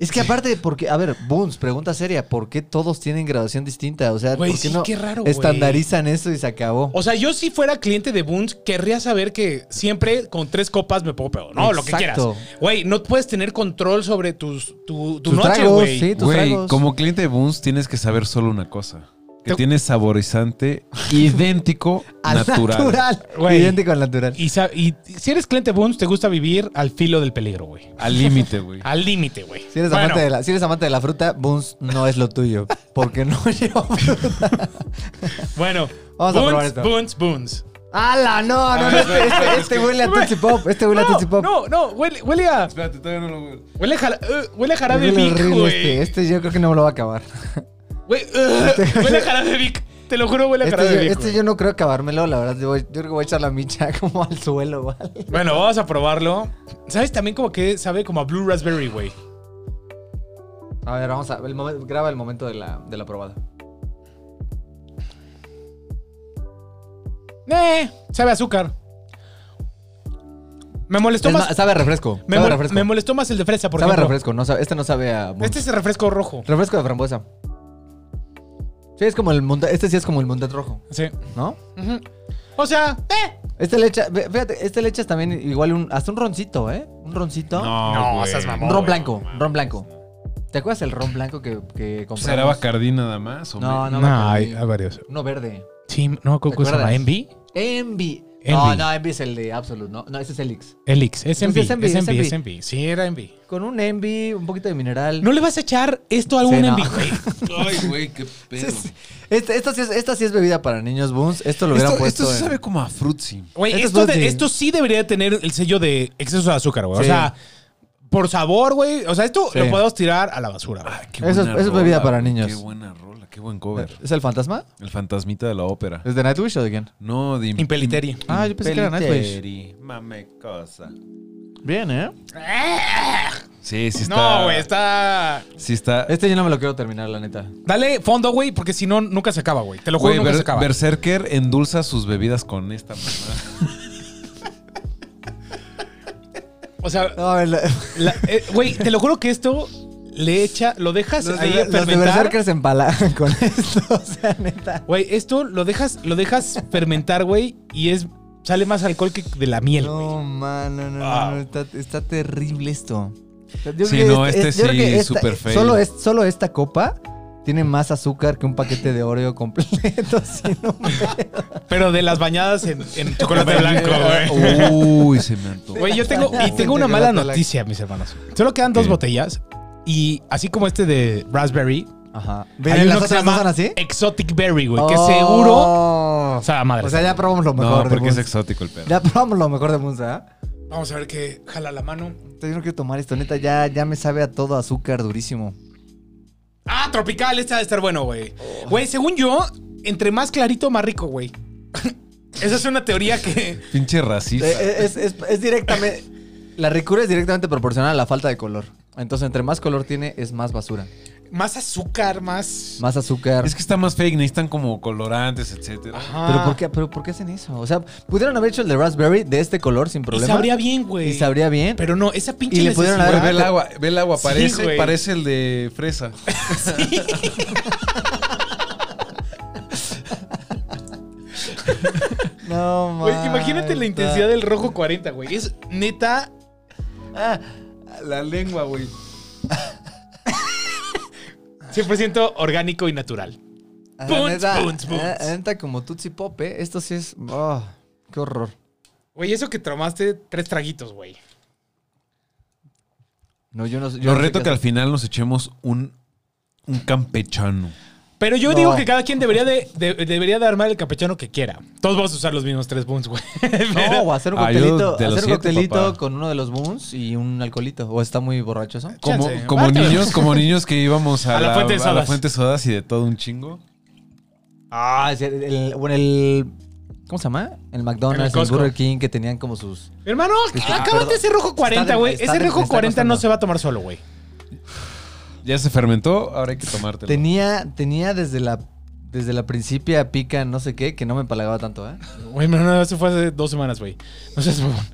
[SPEAKER 4] Es que aparte, porque, a ver, Boons, pregunta seria, ¿por qué todos tienen graduación distinta? O sea,
[SPEAKER 3] Güey,
[SPEAKER 4] ¿por qué
[SPEAKER 3] sí,
[SPEAKER 4] no
[SPEAKER 3] qué raro, güey.
[SPEAKER 4] estandarizan eso y se acabó?
[SPEAKER 3] O sea, yo si fuera cliente de Boons, querría saber que siempre con tres copas me puedo peor. No, lo que quieras.
[SPEAKER 4] Exacto.
[SPEAKER 3] Güey, no puedes tener control sobre tus, tu, tu
[SPEAKER 4] Tus
[SPEAKER 3] noche,
[SPEAKER 4] tragos,
[SPEAKER 3] güey.
[SPEAKER 4] sí. tus
[SPEAKER 2] Güey,
[SPEAKER 4] tragos.
[SPEAKER 2] como cliente de Boons tienes que saber solo una cosa. Que
[SPEAKER 3] Te-
[SPEAKER 2] tiene saborizante idéntico
[SPEAKER 4] Al
[SPEAKER 2] natural.
[SPEAKER 3] Güey.
[SPEAKER 4] Idéntico al natural.
[SPEAKER 3] Y, sa- y si eres cliente de Boons, te gusta vivir al filo del peligro, güey.
[SPEAKER 2] Al límite, güey.
[SPEAKER 3] Al límite, güey.
[SPEAKER 4] Si eres,
[SPEAKER 3] Bueno,
[SPEAKER 4] amante de la, si eres amante de la fruta, Boons no es lo tuyo. Porque no lleva fruta.
[SPEAKER 3] Bueno,
[SPEAKER 4] Vamos a
[SPEAKER 3] Boons,
[SPEAKER 4] probar esto.
[SPEAKER 3] Boons, Boons.
[SPEAKER 4] ¡Hala! No,
[SPEAKER 3] Ah,
[SPEAKER 4] no, no. Este, este- este huele a Tootsie Pop. Este huele a Tootsie
[SPEAKER 3] No,
[SPEAKER 4] Pop.
[SPEAKER 3] no, no, huele, huele a...
[SPEAKER 2] Espérate, todavía no lo veo.
[SPEAKER 3] Huele a, jara- eh, huele a jarabe
[SPEAKER 4] Huele
[SPEAKER 3] Vic,
[SPEAKER 4] horrible
[SPEAKER 3] güey.
[SPEAKER 4] este. Este yo creo que no me lo va a acabar.
[SPEAKER 3] Güey, eh, huele a jarabe Vic. Te lo juro, huele a
[SPEAKER 4] Este,
[SPEAKER 3] jarabe
[SPEAKER 4] yo,
[SPEAKER 3] Vic,
[SPEAKER 4] este
[SPEAKER 3] güey.
[SPEAKER 4] yo no creo acabármelo, la verdad. Yo, voy- yo creo que voy a echar la micha como al suelo, ¿vale?
[SPEAKER 3] Bueno, vamos a probarlo. ¿Sabes también como que sabe como a Blue Raspberry, güey?
[SPEAKER 4] A ver, vamos a. el momen- graba el momento de la, de la probada.
[SPEAKER 3] Eh, sabe a azúcar. Me molestó
[SPEAKER 4] Es
[SPEAKER 3] más.
[SPEAKER 4] más, sabe a refresco.
[SPEAKER 3] me,
[SPEAKER 4] sabe a
[SPEAKER 3] mol-
[SPEAKER 4] refresco.
[SPEAKER 3] me molestó más el de fresa, por
[SPEAKER 4] sabe a
[SPEAKER 3] ejemplo.
[SPEAKER 4] refresco. No sabe- este no sabe a.
[SPEAKER 3] Este es el refresco rojo.
[SPEAKER 4] Refresco de frambuesa. Sí, es como el monta- Este sí es como el monte rojo,
[SPEAKER 3] Sí.
[SPEAKER 4] ¿no?
[SPEAKER 3] Ujú. O sea, eh.
[SPEAKER 4] Este le echa, ve- fíjate, este le echas también igual un, hasta un roncito, ¿eh? Un roncito.
[SPEAKER 3] No,
[SPEAKER 2] güey.
[SPEAKER 3] seas mamón.
[SPEAKER 4] un
[SPEAKER 3] no,
[SPEAKER 4] ron
[SPEAKER 3] güey,
[SPEAKER 4] blanco,
[SPEAKER 2] no mames.
[SPEAKER 4] ron blanco. ¿Te acuerdas el ron blanco que, que compramos?
[SPEAKER 2] ¿Será Bacardí nada más? o
[SPEAKER 4] No,
[SPEAKER 2] me-
[SPEAKER 4] no,
[SPEAKER 3] No,
[SPEAKER 4] Bacardi.
[SPEAKER 3] hay, hay varios.
[SPEAKER 4] Uno verde.
[SPEAKER 3] Sí, no,
[SPEAKER 4] ¿Te
[SPEAKER 3] ¿cómo se llama?
[SPEAKER 4] acuerdas?
[SPEAKER 3] ¿Envy?
[SPEAKER 4] Envy. No,
[SPEAKER 3] Envy.
[SPEAKER 4] no, Envy es el de Absolute, ¿no? No, ese es Elix.
[SPEAKER 3] Elix. Es
[SPEAKER 4] No,
[SPEAKER 3] Envy. Es
[SPEAKER 4] Pues es Envy,
[SPEAKER 3] Envy,
[SPEAKER 4] es
[SPEAKER 3] es Envy.
[SPEAKER 4] Envy.
[SPEAKER 3] Sí, era Envy.
[SPEAKER 4] Con un Envy, un poquito de mineral.
[SPEAKER 3] ¿No le vas a echar esto a
[SPEAKER 4] Sí,
[SPEAKER 3] algún
[SPEAKER 4] no.
[SPEAKER 3] Envy, güey?
[SPEAKER 2] Ay, güey, qué pedo.
[SPEAKER 4] Sí, sí. Este- esta, sí es, esta sí es bebida para niños, Boons. Esto lo hubieran
[SPEAKER 2] Esto,
[SPEAKER 4] puesto.
[SPEAKER 2] esto se
[SPEAKER 4] en-
[SPEAKER 2] sabe como a Fruitsy.
[SPEAKER 3] Güey,
[SPEAKER 4] Esto es
[SPEAKER 3] esto, de-
[SPEAKER 4] Dulce.
[SPEAKER 3] esto sí debería tener el sello de exceso de azúcar, güey.
[SPEAKER 4] Sí.
[SPEAKER 3] O sea, por sabor, güey. O sea, esto
[SPEAKER 4] Sí.
[SPEAKER 3] lo podemos tirar a la basura, güey.
[SPEAKER 2] Ay, qué
[SPEAKER 4] Eso es-
[SPEAKER 2] buena
[SPEAKER 4] eso es bebida
[SPEAKER 2] rola,
[SPEAKER 4] para
[SPEAKER 2] güey,
[SPEAKER 4] niños.
[SPEAKER 2] Qué buena rola, qué buen cover.
[SPEAKER 4] ¿Es el fantasma?
[SPEAKER 2] El fantasmita de la ópera.
[SPEAKER 4] ¿Es de Nightwish o de quién?
[SPEAKER 2] No, de
[SPEAKER 3] Impeliteria.
[SPEAKER 4] Ah, yo Eh. pensé que era Nightwish.
[SPEAKER 2] Impeliteri, Mame cosa.
[SPEAKER 4] Bien, ¿eh?
[SPEAKER 2] Sí, sí está.
[SPEAKER 3] No, güey, está.
[SPEAKER 2] Sí está.
[SPEAKER 4] Este yo no me lo quiero terminar, la neta.
[SPEAKER 3] Dale fondo, güey, porque si no, nunca se acaba, güey. Te lo juro,
[SPEAKER 2] Güey,
[SPEAKER 3] nunca
[SPEAKER 2] Ber-
[SPEAKER 3] se acaba.
[SPEAKER 2] Berserker endulza sus bebidas con esta mamá.
[SPEAKER 3] O sea,
[SPEAKER 4] No, a ver, la-
[SPEAKER 3] la- eh, güey, te lo juro que esto le echa, lo dejas
[SPEAKER 4] los,
[SPEAKER 3] ahí
[SPEAKER 4] de, los de
[SPEAKER 3] fermentar.
[SPEAKER 4] Berserker se empalagan con esto, o sea, neta.
[SPEAKER 3] Güey, esto lo dejas, lo dejas fermentar, güey, y es sale más alcohol que de la miel, güey.
[SPEAKER 4] No, man, no, no, no,
[SPEAKER 3] Ah.
[SPEAKER 4] no, está, está terrible esto. Yo
[SPEAKER 2] Sí,
[SPEAKER 4] creo que
[SPEAKER 2] no, este
[SPEAKER 4] es- yo creo
[SPEAKER 2] sí,
[SPEAKER 4] que esta- eh,
[SPEAKER 2] súper fail.
[SPEAKER 4] Solo, es, solo esta copa tiene más azúcar que un paquete de Oreo completo, sí, no
[SPEAKER 3] Pero de las bañadas en, en chocolate blanco, güey.
[SPEAKER 2] Uy, se me antojó.
[SPEAKER 3] Güey, yo tengo, y tengo una mala noticia, mis hermanos. Solo quedan dos
[SPEAKER 2] ¿Qué?
[SPEAKER 3] botellas. Y así como este de Raspberry,
[SPEAKER 4] Ajá.
[SPEAKER 3] hay
[SPEAKER 4] ¿Ven
[SPEAKER 3] uno
[SPEAKER 4] las
[SPEAKER 3] que se
[SPEAKER 4] otras
[SPEAKER 3] llama
[SPEAKER 4] no son así?
[SPEAKER 3] Exotic Berry, güey. Que
[SPEAKER 4] Oh.
[SPEAKER 3] seguro. O sea, la madre.
[SPEAKER 4] O sea, ya probamos lo mejor
[SPEAKER 2] No,
[SPEAKER 4] de
[SPEAKER 2] porque es
[SPEAKER 4] Bunz.
[SPEAKER 2] exótico el perro.
[SPEAKER 4] Ya probamos lo mejor de Munza, ¿eh?
[SPEAKER 3] Vamos a ver qué jala la mano.
[SPEAKER 4] Entonces, Yo no quiero tomar esto, neta, ya, ya me sabe a todo azúcar durísimo.
[SPEAKER 3] Ah, tropical, este ha de estar bueno, güey. Güey, según yo, entre más clarito, más rico, güey. Esa es una teoría que.
[SPEAKER 2] Pinche racista.
[SPEAKER 4] Eh, Es, es- es directamente. La ricura es directamente proporcional a la falta de color. Entonces, entre más color tiene, es más basura.
[SPEAKER 3] Más azúcar, más.
[SPEAKER 4] Más azúcar.
[SPEAKER 2] Es que está más fake, necesitan como colorantes, etcétera.
[SPEAKER 3] Ajá.
[SPEAKER 4] ¿Pero, por qué, ¿Pero por qué hacen eso? O sea, pudieron haber hecho el de raspberry de este color sin
[SPEAKER 3] Y
[SPEAKER 4] problema.
[SPEAKER 3] sabría bien, güey.
[SPEAKER 4] Y sabría bien.
[SPEAKER 3] Pero no, esa pinche.
[SPEAKER 4] Y le pudieron
[SPEAKER 3] necesidad-
[SPEAKER 2] Güey,
[SPEAKER 4] haber-
[SPEAKER 2] ve el agua, ve el agua,
[SPEAKER 3] Sí,
[SPEAKER 2] parece,
[SPEAKER 3] güey.
[SPEAKER 2] parece el de fresa.
[SPEAKER 4] no, man,
[SPEAKER 3] Güey, imagínate
[SPEAKER 4] está-
[SPEAKER 3] la intensidad del rojo 40, güey. Es neta
[SPEAKER 4] Ah,
[SPEAKER 2] La lengua, güey.
[SPEAKER 3] 100% orgánico y natural.
[SPEAKER 4] la
[SPEAKER 3] Punts,
[SPEAKER 4] Ah, neta,
[SPEAKER 3] punts, punts.
[SPEAKER 4] la neta, como Tutsi Pop, ¿eh? Esto sí es. oh, ¡Qué horror!
[SPEAKER 3] Güey, eso que tomaste tres traguitos, güey.
[SPEAKER 4] No, yo no yo
[SPEAKER 2] Yo
[SPEAKER 4] no sé
[SPEAKER 2] reto
[SPEAKER 4] qué
[SPEAKER 2] que al
[SPEAKER 4] hacer.
[SPEAKER 2] final nos echemos un, un campechano.
[SPEAKER 3] Pero yo
[SPEAKER 4] No.
[SPEAKER 3] digo que cada quien debería de, de- debería de armar el campechano que quiera. Todos vamos a usar los mismos tres buns, güey.
[SPEAKER 4] No, o hacer un
[SPEAKER 2] Ah, yo
[SPEAKER 4] coctelito,
[SPEAKER 2] de los
[SPEAKER 4] hacer un
[SPEAKER 2] siete,
[SPEAKER 4] coctelito
[SPEAKER 2] papá.
[SPEAKER 4] con uno de los boons y un alcoholito. ¿O está muy borracho eso?
[SPEAKER 2] Como,
[SPEAKER 3] Chance,
[SPEAKER 2] como
[SPEAKER 3] bártalo.
[SPEAKER 2] niños, como niños que íbamos a,
[SPEAKER 3] A la fuente de
[SPEAKER 2] a la
[SPEAKER 3] sodas.
[SPEAKER 2] fuente de sodas y de todo un chingo.
[SPEAKER 4] Ah, sí, el, el- o en el. ¿Cómo se llama? El McDonald's, el,
[SPEAKER 3] Costco.
[SPEAKER 4] Burger King, que tenían como sus.
[SPEAKER 3] Mi Hermano,
[SPEAKER 4] Está-
[SPEAKER 3] acábate
[SPEAKER 4] perdón.
[SPEAKER 3] ese rojo 40,
[SPEAKER 4] Está-
[SPEAKER 3] güey.
[SPEAKER 4] está-
[SPEAKER 3] Ese
[SPEAKER 4] me
[SPEAKER 3] rojo
[SPEAKER 4] está
[SPEAKER 3] 40 no
[SPEAKER 4] costando.
[SPEAKER 3] se va a tomar solo, güey.
[SPEAKER 2] Ya se fermentó, ahora hay que tomártelo.
[SPEAKER 4] Tenía, tenía desde la. Desde la principia pica no sé qué, que no me empalagaba tanto, ¿eh?
[SPEAKER 3] Güey, mi hermano, eso fue hace dos semanas, güey. No seas mamón.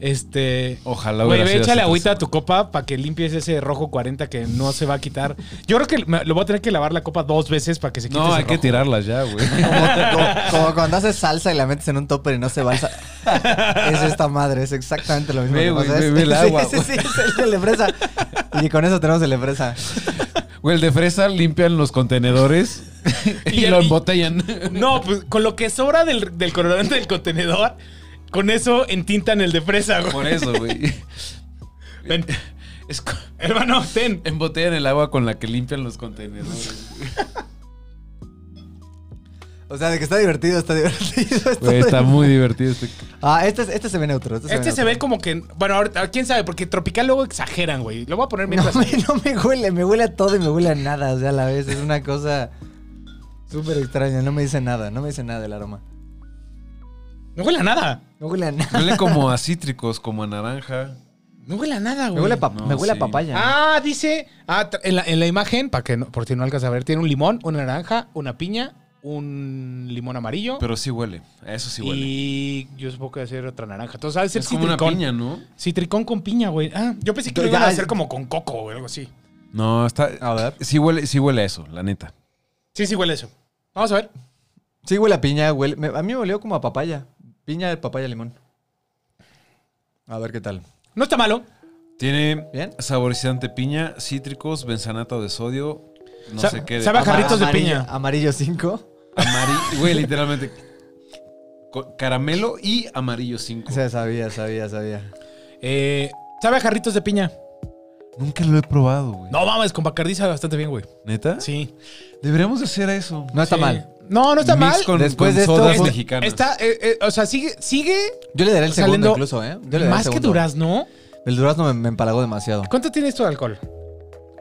[SPEAKER 3] Este...
[SPEAKER 2] Ojalá
[SPEAKER 3] Güey,
[SPEAKER 2] hubiera
[SPEAKER 3] ve,
[SPEAKER 2] sido
[SPEAKER 3] échale
[SPEAKER 2] así.
[SPEAKER 3] agüita a tu copa para que limpies ese rojo 40 que no se va a quitar. Yo creo que me- lo voy a tener que lavar la copa dos veces para que se quite
[SPEAKER 2] No,
[SPEAKER 3] ese
[SPEAKER 2] hay que
[SPEAKER 3] rojo.
[SPEAKER 2] tirarlas ya, güey.
[SPEAKER 4] Como, como- como cuando haces salsa y la metes en un topper y no se balsa. Es esta madre, es exactamente lo mismo.
[SPEAKER 2] Ve,
[SPEAKER 4] que
[SPEAKER 2] güey,
[SPEAKER 4] pasa.
[SPEAKER 2] ve,
[SPEAKER 4] Es-
[SPEAKER 2] ve el
[SPEAKER 4] sí,
[SPEAKER 2] agua,
[SPEAKER 4] Sí, sí, es el de fresa. Y con eso tenemos el de fresa.
[SPEAKER 2] Güey, el de fresa limpian los contenedores y,
[SPEAKER 3] Y-
[SPEAKER 2] lo
[SPEAKER 3] y-
[SPEAKER 2] embotellan.
[SPEAKER 3] No, pues con lo que sobra del, del colorante del contenedor, con eso entintan el de fresa, güey.
[SPEAKER 2] Por eso, güey.
[SPEAKER 3] Ven,
[SPEAKER 2] Es co-
[SPEAKER 3] hermano, ten.
[SPEAKER 2] embotellan el agua con la que limpian los contenedores.
[SPEAKER 4] O sea, de que está divertido, está divertido. esto
[SPEAKER 2] Güey,
[SPEAKER 4] de-
[SPEAKER 2] está muy divertido este.
[SPEAKER 4] Ah, este, este se ve neutro. Este,
[SPEAKER 3] Este se
[SPEAKER 4] neutro.
[SPEAKER 3] ve como que. Bueno, ahorita, quién sabe, porque tropical luego exageran, güey. Lo voy a poner
[SPEAKER 4] No
[SPEAKER 3] mientras.
[SPEAKER 4] me, no me huele, me huele a todo y me huele a nada, o sea, a la vez es una cosa súper extraña, no me dice nada, no me dice nada el aroma.
[SPEAKER 3] No huele a nada.
[SPEAKER 4] No huele a nada.
[SPEAKER 2] Huele como a cítricos, como a naranja.
[SPEAKER 3] No huele a nada, güey.
[SPEAKER 4] Me huele a, pap-
[SPEAKER 2] no,
[SPEAKER 4] me huele
[SPEAKER 2] sí.
[SPEAKER 4] a papaya.
[SPEAKER 3] Ah, dice. Ah, tra- en, la, en la imagen, para que no, por si no alcanza a ver, tiene un limón, una naranja, una piña, un limón amarillo.
[SPEAKER 2] Pero sí huele. A eso sí huele.
[SPEAKER 3] y yo supongo que va a ser otra naranja. Entonces, ha de ser
[SPEAKER 2] Es como una
[SPEAKER 3] citricón.
[SPEAKER 2] piña, ¿no?
[SPEAKER 3] Citricón con piña, güey. Ah, yo pensé que lo
[SPEAKER 4] Ya,
[SPEAKER 3] iban a
[SPEAKER 4] ya.
[SPEAKER 3] hacer como con coco o algo así.
[SPEAKER 2] No, está.
[SPEAKER 4] A ver.
[SPEAKER 2] Sí huele, sí huele a eso, la neta.
[SPEAKER 3] Sí, sí huele eso. Vamos a ver.
[SPEAKER 4] Sí, huele a piña, huele. me- a mí me olió como a papaya. Piña, papaya, limón. A ver qué tal.
[SPEAKER 3] No está malo.
[SPEAKER 2] Tiene
[SPEAKER 4] ¿Bien?
[SPEAKER 2] saborizante piña, cítricos, benzanato de sodio. No
[SPEAKER 3] Sa-
[SPEAKER 2] sé qué. de-
[SPEAKER 3] sabe a
[SPEAKER 2] Ama-
[SPEAKER 3] Ah, jarritos de
[SPEAKER 4] Amarillo-
[SPEAKER 3] piña.
[SPEAKER 4] Amarillo 5.
[SPEAKER 2] amari- Güey, literalmente. co- Caramelo y amarillo 5.
[SPEAKER 4] O sea, sabía, sabía, sabía.
[SPEAKER 3] Eh, sabe a jarritos de piña.
[SPEAKER 2] Nunca lo he probado, güey.
[SPEAKER 3] No mames, con Bacardi sabe bastante bien, güey.
[SPEAKER 2] ¿Neta?
[SPEAKER 3] Sí.
[SPEAKER 2] Deberíamos de hacer eso.
[SPEAKER 4] No está
[SPEAKER 3] Sí.
[SPEAKER 4] mal.
[SPEAKER 3] No, no está
[SPEAKER 2] Mix
[SPEAKER 3] mal.
[SPEAKER 2] Con,
[SPEAKER 4] Después
[SPEAKER 2] con
[SPEAKER 4] de esto-
[SPEAKER 2] sodas
[SPEAKER 4] Es-
[SPEAKER 2] mexicanas.
[SPEAKER 3] Está, eh, eh, o sea, sigue, sigue
[SPEAKER 4] Yo le daré el
[SPEAKER 3] Saliendo-
[SPEAKER 4] segundo incluso, ¿eh? Yo le daré el
[SPEAKER 3] más que
[SPEAKER 4] segundo.
[SPEAKER 3] durazno.
[SPEAKER 4] El durazno me, me empalagó demasiado.
[SPEAKER 3] ¿Cuánto tiene esto de alcohol?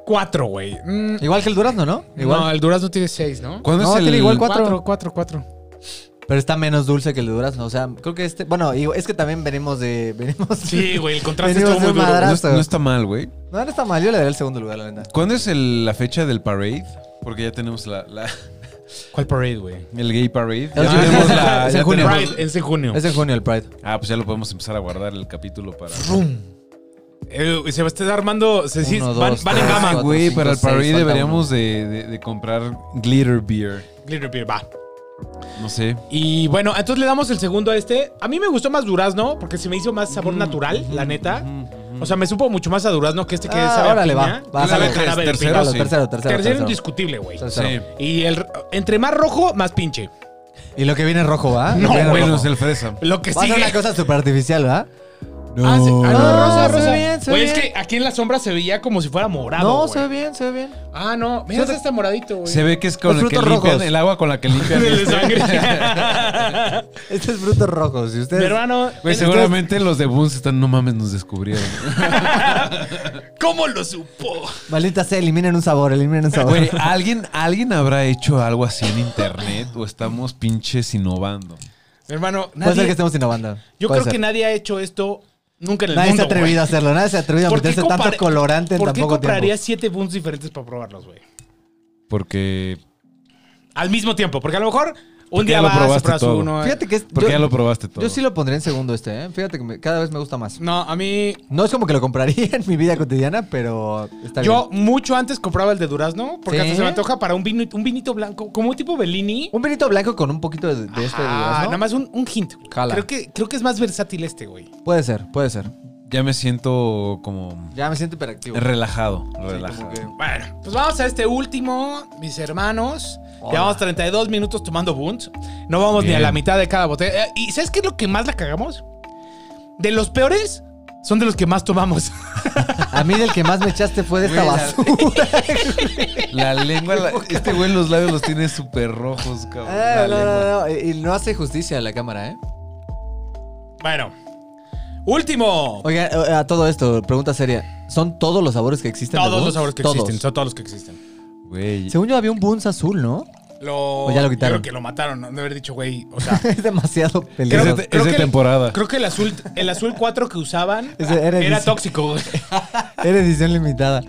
[SPEAKER 3] Cuatro, güey. Mm,
[SPEAKER 4] Igual que el durazno, ¿no? Igual.
[SPEAKER 3] No, el durazno tiene seis, ¿no?
[SPEAKER 2] ¿Cuándo
[SPEAKER 4] No,
[SPEAKER 2] es el
[SPEAKER 4] tiene igual cuatro.
[SPEAKER 3] Cuatro, cuatro, cuatro.
[SPEAKER 4] Pero está menos dulce que el de durazno. O sea, creo que este. Bueno, digo, es que también venimos de. Venimos
[SPEAKER 3] Sí, güey, el contraste
[SPEAKER 4] Venimos
[SPEAKER 3] estuvo muy
[SPEAKER 4] de
[SPEAKER 3] duro.
[SPEAKER 4] madra-
[SPEAKER 2] No,
[SPEAKER 3] güey.
[SPEAKER 2] es- no está mal, güey.
[SPEAKER 4] No, no está mal. Yo le daré el segundo lugar, la neta.
[SPEAKER 2] ¿Cuándo es el- la fecha del parade? Porque ya tenemos la, la-
[SPEAKER 3] ¿Cuál parade, güey?
[SPEAKER 2] el gay parade. Ya
[SPEAKER 4] Ah,
[SPEAKER 2] tenemos
[SPEAKER 4] es-
[SPEAKER 2] la.
[SPEAKER 4] es
[SPEAKER 2] ya
[SPEAKER 4] en junio.
[SPEAKER 2] tenemos-
[SPEAKER 3] Pride, en junio.
[SPEAKER 4] Es en junio el Pride.
[SPEAKER 2] Ah, pues ya lo podemos empezar a guardar el capítulo para.
[SPEAKER 3] Rum. Eh, se va a estar armando. Se, sí,
[SPEAKER 4] Uno,
[SPEAKER 3] van,
[SPEAKER 4] dos,
[SPEAKER 3] van en
[SPEAKER 4] tres,
[SPEAKER 3] gama.
[SPEAKER 4] cuatro,
[SPEAKER 2] Güey,
[SPEAKER 4] cinco,
[SPEAKER 2] para el
[SPEAKER 4] seis,
[SPEAKER 2] parade
[SPEAKER 4] falta
[SPEAKER 2] deberíamos de, de- de comprar glitter beer.
[SPEAKER 3] Glitter Beer, va.
[SPEAKER 2] No sé.
[SPEAKER 3] Y bueno, entonces le damos el segundo a este. A mí me gustó más durazno porque se me hizo más
[SPEAKER 4] Mm,
[SPEAKER 3] sabor natural, la neta. O sea, me supo mucho más a durazno que este que
[SPEAKER 4] Ah,
[SPEAKER 3] sabe
[SPEAKER 4] órale,
[SPEAKER 3] a piña.
[SPEAKER 4] va, va,
[SPEAKER 3] que sabe a
[SPEAKER 2] va.
[SPEAKER 3] jarabe de
[SPEAKER 2] Tercero,
[SPEAKER 3] piña.
[SPEAKER 4] Claro,
[SPEAKER 2] sí.
[SPEAKER 4] tercero, tercero.
[SPEAKER 3] Tercero
[SPEAKER 4] tercero.
[SPEAKER 3] indiscutible, güey.
[SPEAKER 4] Tercero.
[SPEAKER 2] Sí.
[SPEAKER 3] Y el entre más rojo, más pinche.
[SPEAKER 4] Y lo que viene es rojo, ¿va?
[SPEAKER 3] No,
[SPEAKER 4] Lo que viene
[SPEAKER 3] güey,
[SPEAKER 4] rojo.
[SPEAKER 2] Bueno, es el fresa.
[SPEAKER 3] Lo que
[SPEAKER 4] Va a ser
[SPEAKER 3] sigue.
[SPEAKER 4] una cosa súper artificial, ¿va?
[SPEAKER 3] Ah, sí. Ah, no, rosa,
[SPEAKER 4] No, se ve
[SPEAKER 3] rosa.
[SPEAKER 4] bien, se ve
[SPEAKER 3] Güey, es
[SPEAKER 4] bien.
[SPEAKER 3] que aquí en la sombra se veía como si fuera morado.
[SPEAKER 4] No,
[SPEAKER 3] güey.
[SPEAKER 4] se ve bien, se ve bien.
[SPEAKER 3] Ah, no. Mira, ese está moradito, güey.
[SPEAKER 2] Se ve que es con
[SPEAKER 4] Los
[SPEAKER 2] el que
[SPEAKER 4] frutos
[SPEAKER 2] limpian,
[SPEAKER 4] rojos.
[SPEAKER 2] el agua con la que limpian.
[SPEAKER 3] De
[SPEAKER 2] este.
[SPEAKER 3] sangre.
[SPEAKER 4] Este es frutos rojos. Si ustedes.
[SPEAKER 3] Hermano,
[SPEAKER 2] Güey, seguramente los de Boons están, no mames, nos descubrieron.
[SPEAKER 3] ¿cómo lo supo?
[SPEAKER 4] Maldita sea, eliminen un sabor, eliminen un sabor.
[SPEAKER 2] Güey, ¿alguien, ¿alguien habrá hecho algo así en internet o estamos pinches innovando?
[SPEAKER 3] Hermano,
[SPEAKER 4] Puede ser
[SPEAKER 3] nadie-
[SPEAKER 4] que estemos innovando.
[SPEAKER 3] yo
[SPEAKER 4] Puede
[SPEAKER 3] creo
[SPEAKER 4] ser.
[SPEAKER 3] que nadie ha hecho esto nunca en el
[SPEAKER 4] Nadie
[SPEAKER 3] mundo.
[SPEAKER 4] se ha atrevido a hacerlo, nadie se ha atrevido a meterse tanto colorante en
[SPEAKER 3] ¿Por qué
[SPEAKER 4] tampoco
[SPEAKER 3] comprarías
[SPEAKER 4] tiempo.
[SPEAKER 3] siete buns diferentes para probarlos, güey?
[SPEAKER 2] Porque,
[SPEAKER 3] Al mismo tiempo, porque a lo mejor un
[SPEAKER 2] Porque
[SPEAKER 3] día
[SPEAKER 2] ya lo
[SPEAKER 3] vas a
[SPEAKER 2] probaste
[SPEAKER 3] probar
[SPEAKER 2] todo.
[SPEAKER 3] uno. eh.
[SPEAKER 4] Fíjate que es-
[SPEAKER 2] porque
[SPEAKER 4] yo,
[SPEAKER 2] ya lo probaste todo.
[SPEAKER 4] yo sí lo pondría en segundo este, ¿eh? Fíjate que me- cada vez me gusta más.
[SPEAKER 3] No, a mí
[SPEAKER 4] No es como que lo compraría en mi vida cotidiana, pero está
[SPEAKER 3] yo
[SPEAKER 4] bien.
[SPEAKER 3] mucho antes compraba el de durazno, porque
[SPEAKER 4] ¿Sí?
[SPEAKER 3] hasta se me antoja para un vinito, un vinito blanco, como un tipo Bellini.
[SPEAKER 4] Un vinito blanco con un poquito de, de este de
[SPEAKER 3] Ajá,
[SPEAKER 4] durazno.
[SPEAKER 3] nada más un, un hint.
[SPEAKER 4] Jala.
[SPEAKER 3] Creo que creo que es más versátil este, güey.
[SPEAKER 4] Puede ser, puede ser.
[SPEAKER 2] Ya me siento como
[SPEAKER 4] Ya me siento hiperactivo.
[SPEAKER 2] relajado,
[SPEAKER 4] Sí,
[SPEAKER 2] relajado.
[SPEAKER 4] como que-
[SPEAKER 3] Bueno, pues vamos a este último, mis hermanos.
[SPEAKER 4] Hola.
[SPEAKER 3] Llevamos 32 minutos tomando Bunts. No vamos ni
[SPEAKER 2] Bien.
[SPEAKER 3] a la mitad de cada botella. Eh, ¿Y sabes qué es lo que más la cagamos? De los peores, son de los que más tomamos.
[SPEAKER 4] A mí del que más me echaste fue de esta
[SPEAKER 2] Güey, la-
[SPEAKER 4] basura.
[SPEAKER 2] La lengua, la- este güey los labios los tiene súper rojos, cabrón. La
[SPEAKER 4] Eh, no,
[SPEAKER 2] lengua.
[SPEAKER 4] no, no, Y y no hace justicia a la cámara, ¿eh?
[SPEAKER 3] bueno, último.
[SPEAKER 4] Oiga, eh, a todo esto, pregunta seria. ¿Son todos los sabores que existen? este de
[SPEAKER 3] Todos los
[SPEAKER 4] Boone's?
[SPEAKER 3] sabores que
[SPEAKER 4] Todos.
[SPEAKER 3] existen, son todos los que existen.
[SPEAKER 2] Güey,
[SPEAKER 4] Según yo había un Boons azul, ¿no?
[SPEAKER 3] Lo,
[SPEAKER 4] O ya lo
[SPEAKER 3] yo
[SPEAKER 4] quitaron.
[SPEAKER 3] creo que lo mataron, no de haber dicho, güey. O sea,
[SPEAKER 4] es demasiado
[SPEAKER 2] es
[SPEAKER 4] peligroso.
[SPEAKER 2] de,
[SPEAKER 3] creo-
[SPEAKER 2] es de
[SPEAKER 3] que-
[SPEAKER 2] temporada.
[SPEAKER 3] creo que el azul, el azul 4 que usaban
[SPEAKER 4] Ese era
[SPEAKER 3] era,
[SPEAKER 4] el dice-
[SPEAKER 3] tóxico, güey.
[SPEAKER 4] Era edición limitada.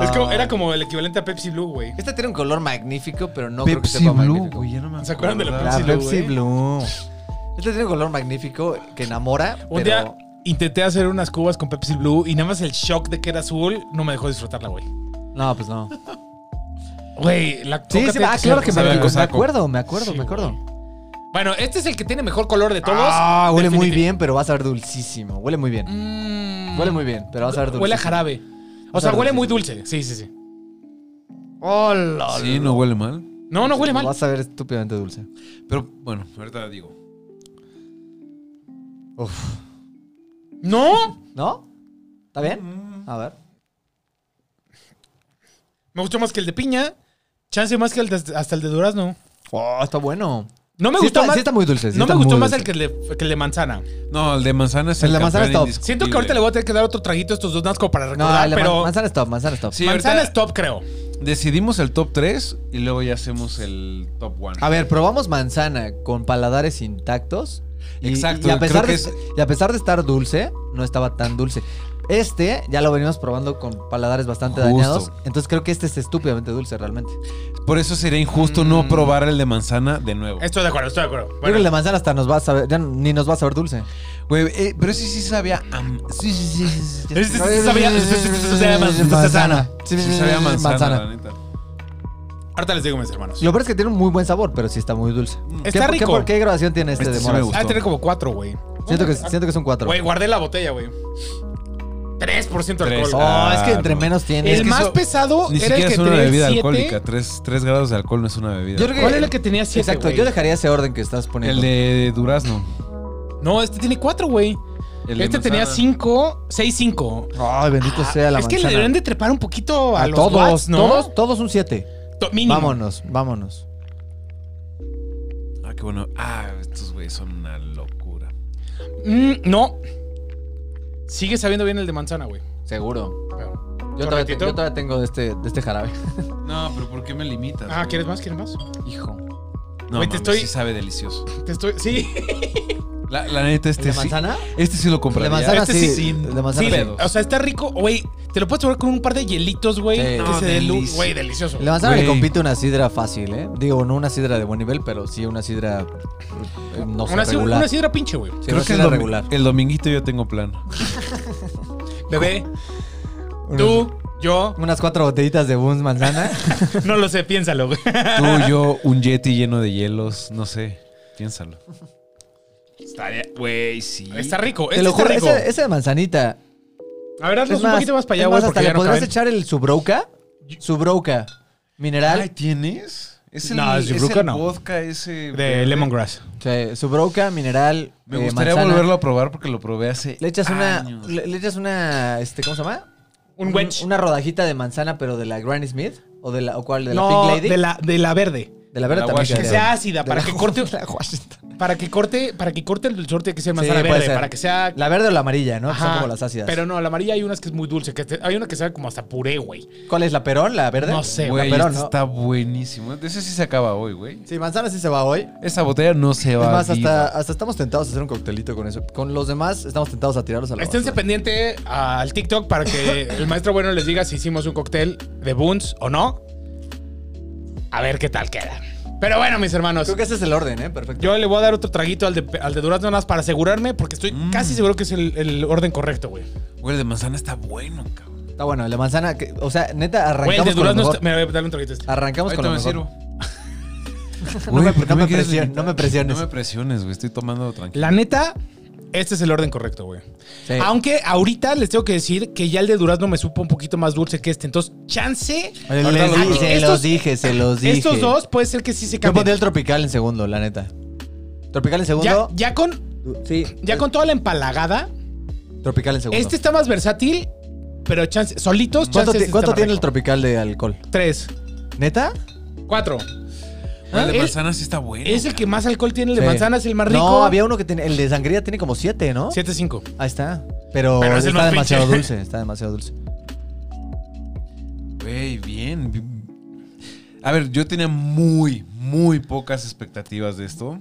[SPEAKER 3] Es como-
[SPEAKER 4] Ah.
[SPEAKER 3] era como el equivalente a Pepsi Blue, güey.
[SPEAKER 4] Este tiene un color magnífico, pero no creo que
[SPEAKER 2] Pepsi
[SPEAKER 4] sepa
[SPEAKER 2] Blue,
[SPEAKER 4] magnífico.
[SPEAKER 2] güey, ya no me
[SPEAKER 3] ¿Se acuerdan de la
[SPEAKER 2] acordaba.
[SPEAKER 4] La
[SPEAKER 3] Pepsi Blue, ¿eh?
[SPEAKER 4] Pepsi
[SPEAKER 3] güey?
[SPEAKER 4] Blue. Este tiene un color magnífico que enamora,
[SPEAKER 3] Un
[SPEAKER 4] pero...
[SPEAKER 3] día intenté hacer unas cubas con Pepsi Blue y nada más el shock de que era azul no me dejó disfrutarla, güey.
[SPEAKER 4] No, pues no.
[SPEAKER 3] Güey, la
[SPEAKER 4] Sí,
[SPEAKER 3] coca
[SPEAKER 4] sí,
[SPEAKER 3] tiene
[SPEAKER 4] ah,
[SPEAKER 3] ser
[SPEAKER 4] claro que me,
[SPEAKER 2] sabe
[SPEAKER 3] rosada.
[SPEAKER 2] a
[SPEAKER 4] me
[SPEAKER 2] cosaco.
[SPEAKER 4] acuerdo, me acuerdo,
[SPEAKER 3] Sí,
[SPEAKER 4] me acuerdo.
[SPEAKER 3] Bueno, este es el que tiene mejor color de todos.
[SPEAKER 4] Ah, huele muy
[SPEAKER 3] Definitivo.
[SPEAKER 4] bien, pero va a saber dulcísimo. Huele muy bien.
[SPEAKER 3] Mm.
[SPEAKER 4] Huele muy bien, pero va a saber dulcísimo.
[SPEAKER 3] Huele a jarabe.
[SPEAKER 4] Va a
[SPEAKER 3] O sea,
[SPEAKER 4] saber
[SPEAKER 3] huele muy
[SPEAKER 4] dulcísimo.
[SPEAKER 3] dulce. Sí, sí, sí.
[SPEAKER 4] Oh,
[SPEAKER 3] Hola.
[SPEAKER 2] Sí, no huele mal.
[SPEAKER 3] No, no huele
[SPEAKER 4] Va a
[SPEAKER 3] mal.
[SPEAKER 4] saber estúpidamente dulce.
[SPEAKER 2] Pero bueno, ahorita digo.
[SPEAKER 4] Uf.
[SPEAKER 3] No.
[SPEAKER 4] ¿No? ¿Está bien? A ver.
[SPEAKER 3] Me gustó más que el de piña. Chance más que el de- hasta el de durazno.
[SPEAKER 4] Oh, está bueno.
[SPEAKER 3] No me
[SPEAKER 4] Sí
[SPEAKER 3] gustó
[SPEAKER 4] está-
[SPEAKER 3] más.
[SPEAKER 4] sí está muy dulce, sí
[SPEAKER 3] no
[SPEAKER 4] está
[SPEAKER 3] me gustó
[SPEAKER 4] muy
[SPEAKER 3] más el
[SPEAKER 4] dulce.
[SPEAKER 3] que, le- que el de manzana.
[SPEAKER 2] No, el de manzana es
[SPEAKER 4] El
[SPEAKER 2] el,
[SPEAKER 4] de manzana
[SPEAKER 2] campeón
[SPEAKER 4] está-
[SPEAKER 2] indiscutible.
[SPEAKER 3] Siento que ahorita le voy a tener que dar otro traguito a estos dos más como para
[SPEAKER 4] No,
[SPEAKER 3] recordar,
[SPEAKER 4] el de man-
[SPEAKER 3] pero.
[SPEAKER 4] manzana stop, manzana stop.
[SPEAKER 2] Sí,
[SPEAKER 3] manzana
[SPEAKER 2] ahorita
[SPEAKER 3] es top, creo.
[SPEAKER 2] decidimos el top 3 y luego ya hacemos el top 1.
[SPEAKER 4] A ver, probamos manzana con paladares intactos. Y,
[SPEAKER 2] Exacto,
[SPEAKER 4] y a pesar
[SPEAKER 2] creo que
[SPEAKER 4] de,
[SPEAKER 2] es-
[SPEAKER 4] y a pesar de estar dulce, no estaba tan dulce. Este ya lo venimos probando con paladares bastante
[SPEAKER 2] Justo.
[SPEAKER 4] dañados. Entonces creo que este es estúpidamente dulce realmente.
[SPEAKER 2] Por eso sería injusto
[SPEAKER 3] Mm.
[SPEAKER 2] no probar el de manzana de nuevo.
[SPEAKER 3] Estoy de acuerdo, estoy de acuerdo.
[SPEAKER 4] Yo Creo
[SPEAKER 3] Bueno,
[SPEAKER 4] que el de manzana hasta nos va a saber, ya ni nos va a saber dulce.
[SPEAKER 2] Güey, eh, pero ese sí sabía a m- Sí, sí, sí, sí, sí, sí.
[SPEAKER 3] Es- es- es- sabía- es- es- es- es- sabía man- manzana.
[SPEAKER 4] Sí,
[SPEAKER 2] Sí sabía a manzana, la neta.
[SPEAKER 3] Ahorita les digo, mis hermanos.
[SPEAKER 4] Lo peor es que tiene un muy buen sabor, pero sí está muy dulce.
[SPEAKER 3] Está
[SPEAKER 4] ¿Qué,
[SPEAKER 3] rico.
[SPEAKER 4] ¿qué, ¿Qué grabación tiene este
[SPEAKER 2] Este
[SPEAKER 4] de
[SPEAKER 2] sí me
[SPEAKER 4] moras?
[SPEAKER 2] gusta.
[SPEAKER 3] Ah, tiene como cuatro, güey.
[SPEAKER 4] siento, que, siento que son cuatro.
[SPEAKER 3] Güey, guardé la botella, güey. 3% de
[SPEAKER 2] Tres.
[SPEAKER 3] alcohol.
[SPEAKER 4] Oh, es que entre
[SPEAKER 2] Ah, no.
[SPEAKER 4] menos tiene.
[SPEAKER 3] el
[SPEAKER 4] Es que
[SPEAKER 3] más
[SPEAKER 4] eso-
[SPEAKER 3] pesado
[SPEAKER 2] Ni
[SPEAKER 3] era
[SPEAKER 2] siquiera
[SPEAKER 3] el que
[SPEAKER 2] es una
[SPEAKER 3] tenía
[SPEAKER 2] bebida
[SPEAKER 3] siete.
[SPEAKER 2] alcohólica. 3 grados de alcohol no es una bebida.
[SPEAKER 4] Yo creo que-
[SPEAKER 3] ¿Cuál era el que tenía 7?
[SPEAKER 4] Exacto, yo dejaría ese orden que estás poniendo.
[SPEAKER 2] El de durazno.
[SPEAKER 3] No, este tiene 4, güey.
[SPEAKER 2] El de
[SPEAKER 3] Este tenía
[SPEAKER 2] manzana.
[SPEAKER 3] 5, 6, 5.
[SPEAKER 4] Ay, bendito sea la
[SPEAKER 3] Ah, es que le
[SPEAKER 4] manzana.
[SPEAKER 3] deberían de trepar un poquito a,
[SPEAKER 4] a
[SPEAKER 3] los
[SPEAKER 4] todos,
[SPEAKER 3] watts, ¿no?
[SPEAKER 4] todos, todos un 7.
[SPEAKER 3] To- mínimo.
[SPEAKER 4] Vámonos, vámonos.
[SPEAKER 2] Ah, qué bueno. Ah, estos güeyes son una locura.
[SPEAKER 3] Mm, no. Sigue sabiendo bien el de manzana, güey.
[SPEAKER 4] Seguro.
[SPEAKER 3] Pero-
[SPEAKER 4] Yo todavía,
[SPEAKER 3] ¿Correctito?
[SPEAKER 4] yo todavía tengo de este, de este jarabe.
[SPEAKER 2] No, pero ¿por qué me limitas?
[SPEAKER 3] Ah, ¿quieres más? ¿Quieres más?
[SPEAKER 4] Hijo.
[SPEAKER 2] No,
[SPEAKER 3] Güey,
[SPEAKER 2] mames,
[SPEAKER 3] te estoy-
[SPEAKER 2] sí sabe delicioso.
[SPEAKER 3] Te estoy. Sí.
[SPEAKER 2] La, la neta,
[SPEAKER 4] ¿El
[SPEAKER 2] este
[SPEAKER 4] de
[SPEAKER 2] sí.
[SPEAKER 4] manzana?
[SPEAKER 2] Este sí lo
[SPEAKER 4] El de
[SPEAKER 2] compraría.
[SPEAKER 4] manzana
[SPEAKER 3] Este
[SPEAKER 4] sí.
[SPEAKER 3] sí, sí.
[SPEAKER 4] El de manzana
[SPEAKER 3] sí,
[SPEAKER 4] sí.
[SPEAKER 2] pedo.
[SPEAKER 3] o sea, está rico, güey. Te lo puedes tomar con un par de hielitos, güey.
[SPEAKER 4] Sí.
[SPEAKER 3] que
[SPEAKER 2] No,
[SPEAKER 3] se delu-
[SPEAKER 2] delicia.
[SPEAKER 3] Güey, delicioso.
[SPEAKER 4] El de manzana le
[SPEAKER 2] Güey.
[SPEAKER 4] compite una sidra fácil, ¿eh? Digo, no una sidra de buen nivel, pero sí una sidra. eh, No sé,
[SPEAKER 3] una, sidra-
[SPEAKER 4] regular.
[SPEAKER 3] una sidra pinche, güey.
[SPEAKER 4] Sí,
[SPEAKER 2] Creo
[SPEAKER 4] una
[SPEAKER 2] que el,
[SPEAKER 4] sidra
[SPEAKER 2] domi-
[SPEAKER 4] regular.
[SPEAKER 2] el dominguito yo tengo plan.
[SPEAKER 3] Bebé, tú, yo.
[SPEAKER 4] Unas cuatro botellitas de Buns manzana.
[SPEAKER 3] No lo sé, piénsalo, güey.
[SPEAKER 2] Tú, yo, un yeti lleno de hielos, no sé. Piénsalo.
[SPEAKER 3] Estaría-
[SPEAKER 2] Güey, sí.
[SPEAKER 3] Está rico.
[SPEAKER 4] Te
[SPEAKER 3] Este
[SPEAKER 4] lo
[SPEAKER 3] está
[SPEAKER 4] juro,
[SPEAKER 3] rico.
[SPEAKER 4] ese, ese de manzanita.
[SPEAKER 3] A ver, haznos
[SPEAKER 4] Es
[SPEAKER 3] un poquito más para allá,
[SPEAKER 4] es
[SPEAKER 3] güey,
[SPEAKER 4] hasta
[SPEAKER 3] porque
[SPEAKER 4] le
[SPEAKER 3] ya no
[SPEAKER 4] podrías
[SPEAKER 3] caben.
[SPEAKER 4] echar el subroca. Subroca. Mineral.
[SPEAKER 2] Ay, ¿tienes? Es el,
[SPEAKER 3] No,
[SPEAKER 2] es
[SPEAKER 3] de Bruca
[SPEAKER 2] el
[SPEAKER 3] no.
[SPEAKER 2] vodka ese.
[SPEAKER 3] De
[SPEAKER 2] verde.
[SPEAKER 3] lemongrass.
[SPEAKER 4] Sí, subroca, mineral.
[SPEAKER 2] Me
[SPEAKER 4] eh,
[SPEAKER 2] gustaría
[SPEAKER 4] manzana.
[SPEAKER 2] volverlo a probar porque lo probé hace.
[SPEAKER 4] Le echas una.
[SPEAKER 2] años.
[SPEAKER 4] Le, le echas una. Este, ¿Cómo se llama?
[SPEAKER 3] Un wedge.
[SPEAKER 4] una rodajita de manzana, pero de la Granny Smith. ¿O de la o cuál? ¿De la
[SPEAKER 3] no,
[SPEAKER 4] Pink Lady?
[SPEAKER 3] de la, de la verde.
[SPEAKER 4] De la verde
[SPEAKER 2] la
[SPEAKER 4] también.
[SPEAKER 2] Washington.
[SPEAKER 3] Que
[SPEAKER 4] quedaría
[SPEAKER 3] sea
[SPEAKER 4] bien.
[SPEAKER 3] ácida,
[SPEAKER 4] De
[SPEAKER 3] para
[SPEAKER 4] la-
[SPEAKER 3] que corte.
[SPEAKER 4] de la Washington.
[SPEAKER 3] Para que corte, para que corte el sorte que sea manzana
[SPEAKER 4] Sí, puede
[SPEAKER 3] verde,
[SPEAKER 4] ser.
[SPEAKER 3] para que sea.
[SPEAKER 4] La verde o la amarilla, ¿no? Que Son
[SPEAKER 3] Ajá.
[SPEAKER 4] como las ácidas.
[SPEAKER 3] Pero no, la amarilla hay unas que es muy dulce. Que te- hay una que sabe como hasta puré, güey.
[SPEAKER 4] ¿Cuál es la perón? ¿La verde?
[SPEAKER 3] No sé,
[SPEAKER 2] Güey,
[SPEAKER 4] La perón,
[SPEAKER 2] este
[SPEAKER 4] ¿no?
[SPEAKER 2] está buenísimo. De ese sí se acaba hoy, güey.
[SPEAKER 4] Sí, manzana sí se va hoy.
[SPEAKER 2] Esa botella no se va.
[SPEAKER 4] es más, hasta,
[SPEAKER 2] viva.
[SPEAKER 4] hasta estamos tentados a hacer un coctelito con eso. Con los demás estamos tentados a tirarlos a la
[SPEAKER 3] Esténse
[SPEAKER 4] basura.
[SPEAKER 3] pendiente al TikTok para que el maestro bueno les diga si hicimos un cóctel de Boons o no. A ver qué tal queda. Pero bueno, mis hermanos.
[SPEAKER 4] Creo que ese es el orden, ¿eh? Perfecto.
[SPEAKER 3] Yo le voy a dar otro traguito al de, al de Durazno nada más para asegurarme, porque estoy
[SPEAKER 2] Mm.
[SPEAKER 3] casi seguro que es el, el orden correcto, güey.
[SPEAKER 2] Güey, el de manzana está bueno, cabrón.
[SPEAKER 4] Está bueno, la manzana... que- o sea, neta,
[SPEAKER 3] Güey, el de
[SPEAKER 4] arrancamos con lo
[SPEAKER 3] Durazno
[SPEAKER 4] mejor. Ah.
[SPEAKER 3] está- Me voy a dar un traguito a este.
[SPEAKER 4] Arrancamos con
[SPEAKER 2] Ahorita
[SPEAKER 4] lo
[SPEAKER 2] me
[SPEAKER 4] mejor.
[SPEAKER 2] sirvo.
[SPEAKER 4] No me-
[SPEAKER 2] Güey, ¿por qué
[SPEAKER 4] no me
[SPEAKER 2] quieres
[SPEAKER 4] presiones,
[SPEAKER 2] limitar?
[SPEAKER 4] no me presiones.
[SPEAKER 2] No me presiones, güey. Estoy tomando tranquilo.
[SPEAKER 3] La neta, este es el orden correcto, güey.
[SPEAKER 4] Sí.
[SPEAKER 3] Aunque ahorita les tengo que decir que ya el de Durazno me supo un poquito más dulce que este. Entonces, chance.
[SPEAKER 4] Les
[SPEAKER 2] Ahorita lo
[SPEAKER 4] dije,
[SPEAKER 2] digo.
[SPEAKER 4] se
[SPEAKER 3] Estos-
[SPEAKER 4] los dije, se los dije.
[SPEAKER 3] Estos dos puede ser que sí se
[SPEAKER 4] Yo pondría
[SPEAKER 3] cambien.
[SPEAKER 4] el tropical en segundo, la neta. Tropical en
[SPEAKER 3] Ya,
[SPEAKER 4] segundo.
[SPEAKER 3] ya con,
[SPEAKER 4] Sí. eh,
[SPEAKER 3] ya con toda la empalagada,
[SPEAKER 4] Tropical en segundo.
[SPEAKER 3] este está más versátil, pero chance. Solitos, chance.
[SPEAKER 4] ¿Cuánto, ti-
[SPEAKER 3] este está
[SPEAKER 4] cuánto
[SPEAKER 3] más
[SPEAKER 4] tiene el
[SPEAKER 3] rico.
[SPEAKER 4] tropical de alcohol?
[SPEAKER 3] Tres.
[SPEAKER 4] ¿Neta?
[SPEAKER 3] Cuatro.
[SPEAKER 4] Eh,
[SPEAKER 2] Güey, el de
[SPEAKER 3] ¿Ah?
[SPEAKER 2] manzana sí está bueno.
[SPEAKER 3] Es el que más alcohol tiene. El de
[SPEAKER 4] Sí.
[SPEAKER 3] manzana es el más rico.
[SPEAKER 4] No, había uno que tiene. El de sangría tiene como siete, ¿no?
[SPEAKER 3] Siete, cinco.
[SPEAKER 4] Ahí está. Pero,
[SPEAKER 3] Pero ese no
[SPEAKER 4] está
[SPEAKER 3] es
[SPEAKER 4] demasiado
[SPEAKER 3] pinche.
[SPEAKER 4] dulce. Está demasiado dulce.
[SPEAKER 2] Güey, bien. A ver, yo tenía muy, muy pocas expectativas de esto.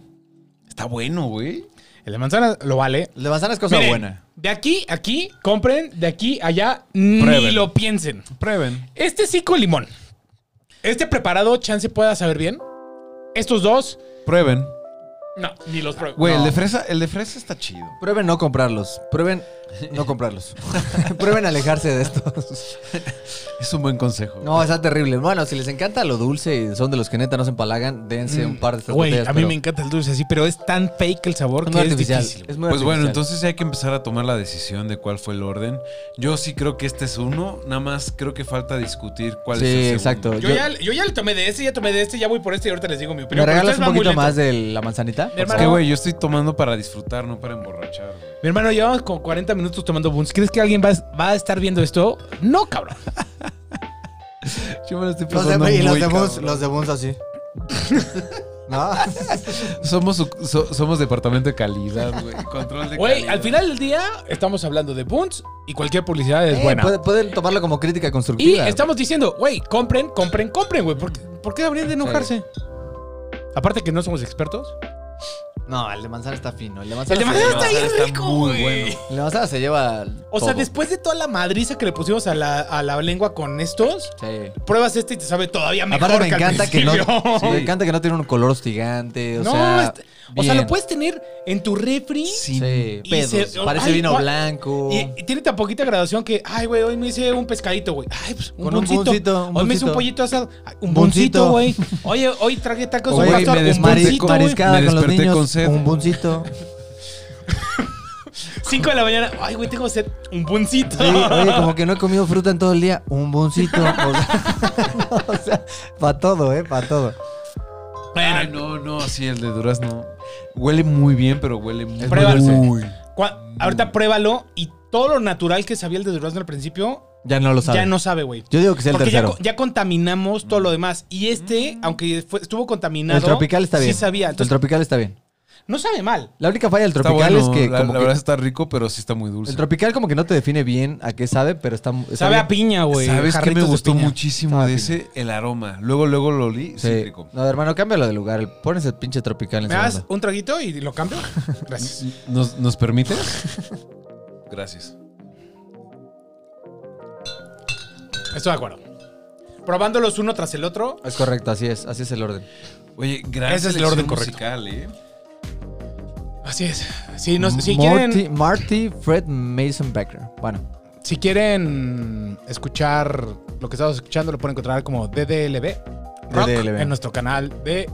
[SPEAKER 2] Está bueno, güey.
[SPEAKER 3] El de manzana lo vale.
[SPEAKER 4] El de manzana es cosa
[SPEAKER 3] Miren,
[SPEAKER 4] buena.
[SPEAKER 3] De aquí, a aquí, compren. De aquí, a allá, ni
[SPEAKER 2] Prueben.
[SPEAKER 3] lo piensen.
[SPEAKER 2] Prueben.
[SPEAKER 3] Este sí con limón. Este preparado, chance pueda saber bien. Estos dos,
[SPEAKER 2] Prueben.
[SPEAKER 3] no, ni los pruebo.
[SPEAKER 2] Güey,
[SPEAKER 3] No.
[SPEAKER 2] el de fresa, el de fresa está chido.
[SPEAKER 4] Prueben no comprarlos. Prueben no comprarlos. Prueben alejarse de estos.
[SPEAKER 2] Es un buen consejo.
[SPEAKER 4] No, está terrible. Bueno, si les encanta lo dulce y son de los que neta no se empalagan, dense un par de estas
[SPEAKER 3] Mm. Güey,
[SPEAKER 4] botellas.
[SPEAKER 3] a mí
[SPEAKER 4] pero
[SPEAKER 3] me encanta el dulce así, pero es tan fake el sabor
[SPEAKER 4] Es
[SPEAKER 3] que
[SPEAKER 4] muy
[SPEAKER 3] es
[SPEAKER 4] artificial.
[SPEAKER 3] difícil.
[SPEAKER 4] Es muy
[SPEAKER 2] Pues bueno,
[SPEAKER 4] artificial.
[SPEAKER 2] entonces hay que empezar a tomar la decisión de cuál fue el orden. Yo sí creo que este es uno, nada más creo que falta discutir cuál
[SPEAKER 4] Sí,
[SPEAKER 2] es el segundo.
[SPEAKER 4] exacto.
[SPEAKER 3] Yo,
[SPEAKER 4] Yo-
[SPEAKER 3] ya, yo ya le tomé de este, ya tomé de este, ya voy por este y ahorita les digo mi
[SPEAKER 4] ¿Me
[SPEAKER 3] opinión. pero
[SPEAKER 4] regalas
[SPEAKER 3] ustedes
[SPEAKER 4] un
[SPEAKER 3] van muy
[SPEAKER 4] poquito
[SPEAKER 3] lento.
[SPEAKER 4] más de la manzanita?
[SPEAKER 3] Mi
[SPEAKER 2] Es
[SPEAKER 3] hermano,
[SPEAKER 2] que, güey, yo estoy tomando para disfrutar, no para emborrachar. güey.
[SPEAKER 3] mi hermano, llevamos como 40 minutos tomando buns. ¿Crees que alguien va, a- va a estar viendo esto? No, cabrón.
[SPEAKER 2] Yo me lo estoy
[SPEAKER 4] Los de,
[SPEAKER 2] pasando
[SPEAKER 4] y los
[SPEAKER 2] muy
[SPEAKER 4] de Buns,
[SPEAKER 2] cabrón.
[SPEAKER 4] los de Buns así. ¿No?
[SPEAKER 2] Somos, su- so- somos departamento de calidad, güey. Control de
[SPEAKER 3] Güey,
[SPEAKER 2] calidad.
[SPEAKER 3] al final del día estamos hablando de buns y cualquier publicidad es
[SPEAKER 4] Eh,
[SPEAKER 3] buena.
[SPEAKER 4] puede- pueden tomarlo como crítica
[SPEAKER 3] Y
[SPEAKER 4] constructiva.
[SPEAKER 3] estamos diciendo, güey, compren, compren, compren, güey. ¿Por, qué- por qué deberían de enojarse? Aparte que no somos expertos.
[SPEAKER 4] No, el de manzana está fino. El de
[SPEAKER 3] El
[SPEAKER 4] manzana,
[SPEAKER 3] de
[SPEAKER 4] se,
[SPEAKER 3] manzana
[SPEAKER 4] lleva,
[SPEAKER 3] está bien
[SPEAKER 2] está
[SPEAKER 3] rico,
[SPEAKER 2] muy
[SPEAKER 3] güey.
[SPEAKER 2] bueno.
[SPEAKER 4] el de manzana se lleva
[SPEAKER 3] O sea,
[SPEAKER 4] todo.
[SPEAKER 3] después de toda la madriza que le pusimos a la, a la lengua con estos,
[SPEAKER 4] Sí.
[SPEAKER 3] pruebas este y te sabe todavía mejor
[SPEAKER 4] Aparte me
[SPEAKER 3] que al
[SPEAKER 4] encanta que no,
[SPEAKER 3] principio.
[SPEAKER 4] sí, me encanta que no tiene un color hostigante. O
[SPEAKER 3] No,
[SPEAKER 4] sea,
[SPEAKER 3] este- O sea,
[SPEAKER 4] Bien.
[SPEAKER 3] lo puedes tener en tu refri.
[SPEAKER 2] Sin
[SPEAKER 4] Sí,
[SPEAKER 3] Y
[SPEAKER 4] pedos.
[SPEAKER 3] se-
[SPEAKER 4] Parece
[SPEAKER 3] ay,
[SPEAKER 4] vino
[SPEAKER 3] gua-
[SPEAKER 4] blanco.
[SPEAKER 3] Y, y tiene tan poquita graduación que, ay, güey, hoy me hice un pescadito, güey. Ay, pues un
[SPEAKER 4] Con un
[SPEAKER 3] buncito.
[SPEAKER 4] buncito, un
[SPEAKER 3] hoy me hice un
[SPEAKER 4] buncito.
[SPEAKER 3] pollito asado. Ay, Un
[SPEAKER 4] Buncito.
[SPEAKER 3] buncito, güey. Oye, hoy tragué tacos
[SPEAKER 4] Güey,
[SPEAKER 3] un pastor,
[SPEAKER 2] me
[SPEAKER 3] un
[SPEAKER 2] desperté
[SPEAKER 4] mari-
[SPEAKER 3] buncito,
[SPEAKER 2] con-
[SPEAKER 3] güey.
[SPEAKER 4] mariscada
[SPEAKER 2] Me
[SPEAKER 4] con los
[SPEAKER 2] desperté
[SPEAKER 4] niños.
[SPEAKER 2] con sed.
[SPEAKER 4] Un buncito.
[SPEAKER 3] 5 de la mañana. Ay, güey, tengo sed. Un buncito.
[SPEAKER 4] Sí, oye, como que no he comido fruta en todo el día. Un buncito. O sea, o sea, para todo, ¿eh? Para todo.
[SPEAKER 2] Ay, no, no, sí, el de durazno. Huele muy bien, pero huele muy
[SPEAKER 3] Pruébalo.
[SPEAKER 2] Uy.
[SPEAKER 3] Cua- Ahorita pruébalo y todo lo natural que sabía el de durazno al principio,
[SPEAKER 4] Ya no lo sabe.
[SPEAKER 3] ya no sabe, güey.
[SPEAKER 4] Yo digo que sea el
[SPEAKER 3] Porque ya,
[SPEAKER 4] tercero.
[SPEAKER 3] co- ya contaminamos todo lo demás. Y este, aunque fue- estuvo contaminado.
[SPEAKER 4] El tropical está bien.
[SPEAKER 3] Sí sabía.
[SPEAKER 4] el
[SPEAKER 3] Entonces,
[SPEAKER 4] tropical está bien.
[SPEAKER 3] no sabe mal.
[SPEAKER 4] La única falla del
[SPEAKER 2] Está
[SPEAKER 4] tropical
[SPEAKER 2] bueno,
[SPEAKER 4] es que,
[SPEAKER 2] la,
[SPEAKER 4] como
[SPEAKER 2] la
[SPEAKER 4] que
[SPEAKER 2] verdad está rico, pero sí está muy dulce.
[SPEAKER 4] el tropical como que no te define bien a qué sabe, pero está, está
[SPEAKER 3] Sabe a
[SPEAKER 4] bien.
[SPEAKER 3] piña, güey.
[SPEAKER 2] ¿Sabes qué me
[SPEAKER 3] Jarritos de
[SPEAKER 2] gustó
[SPEAKER 3] piña.
[SPEAKER 2] muchísimo de ese? El aroma. Luego, luego lo olí. Sí,
[SPEAKER 4] Sí.
[SPEAKER 2] rico.
[SPEAKER 4] No, hermano, cámbialo de lugar. Pones el pinche tropical en
[SPEAKER 3] ¿Me das
[SPEAKER 4] segundo.
[SPEAKER 3] un traguito y lo cambio? Gracias.
[SPEAKER 2] ¿Nos, ¿Nos permites? Gracias.
[SPEAKER 3] Estoy de acuerdo. Probándolos uno tras el otro.
[SPEAKER 4] Es correcto, así es, así es el orden.
[SPEAKER 2] Oye, gracias.
[SPEAKER 3] Ese es el orden correcto.
[SPEAKER 2] musical, ¿eh?
[SPEAKER 3] Así es. Si, nos- si
[SPEAKER 4] Marty,
[SPEAKER 3] quieren,
[SPEAKER 4] Marty Fred Mason Becker. Bueno,
[SPEAKER 3] si quieren escuchar lo que estamos escuchando, lo pueden encontrar como DDLB. Rock
[SPEAKER 4] DDLB.
[SPEAKER 3] En nuestro canal de.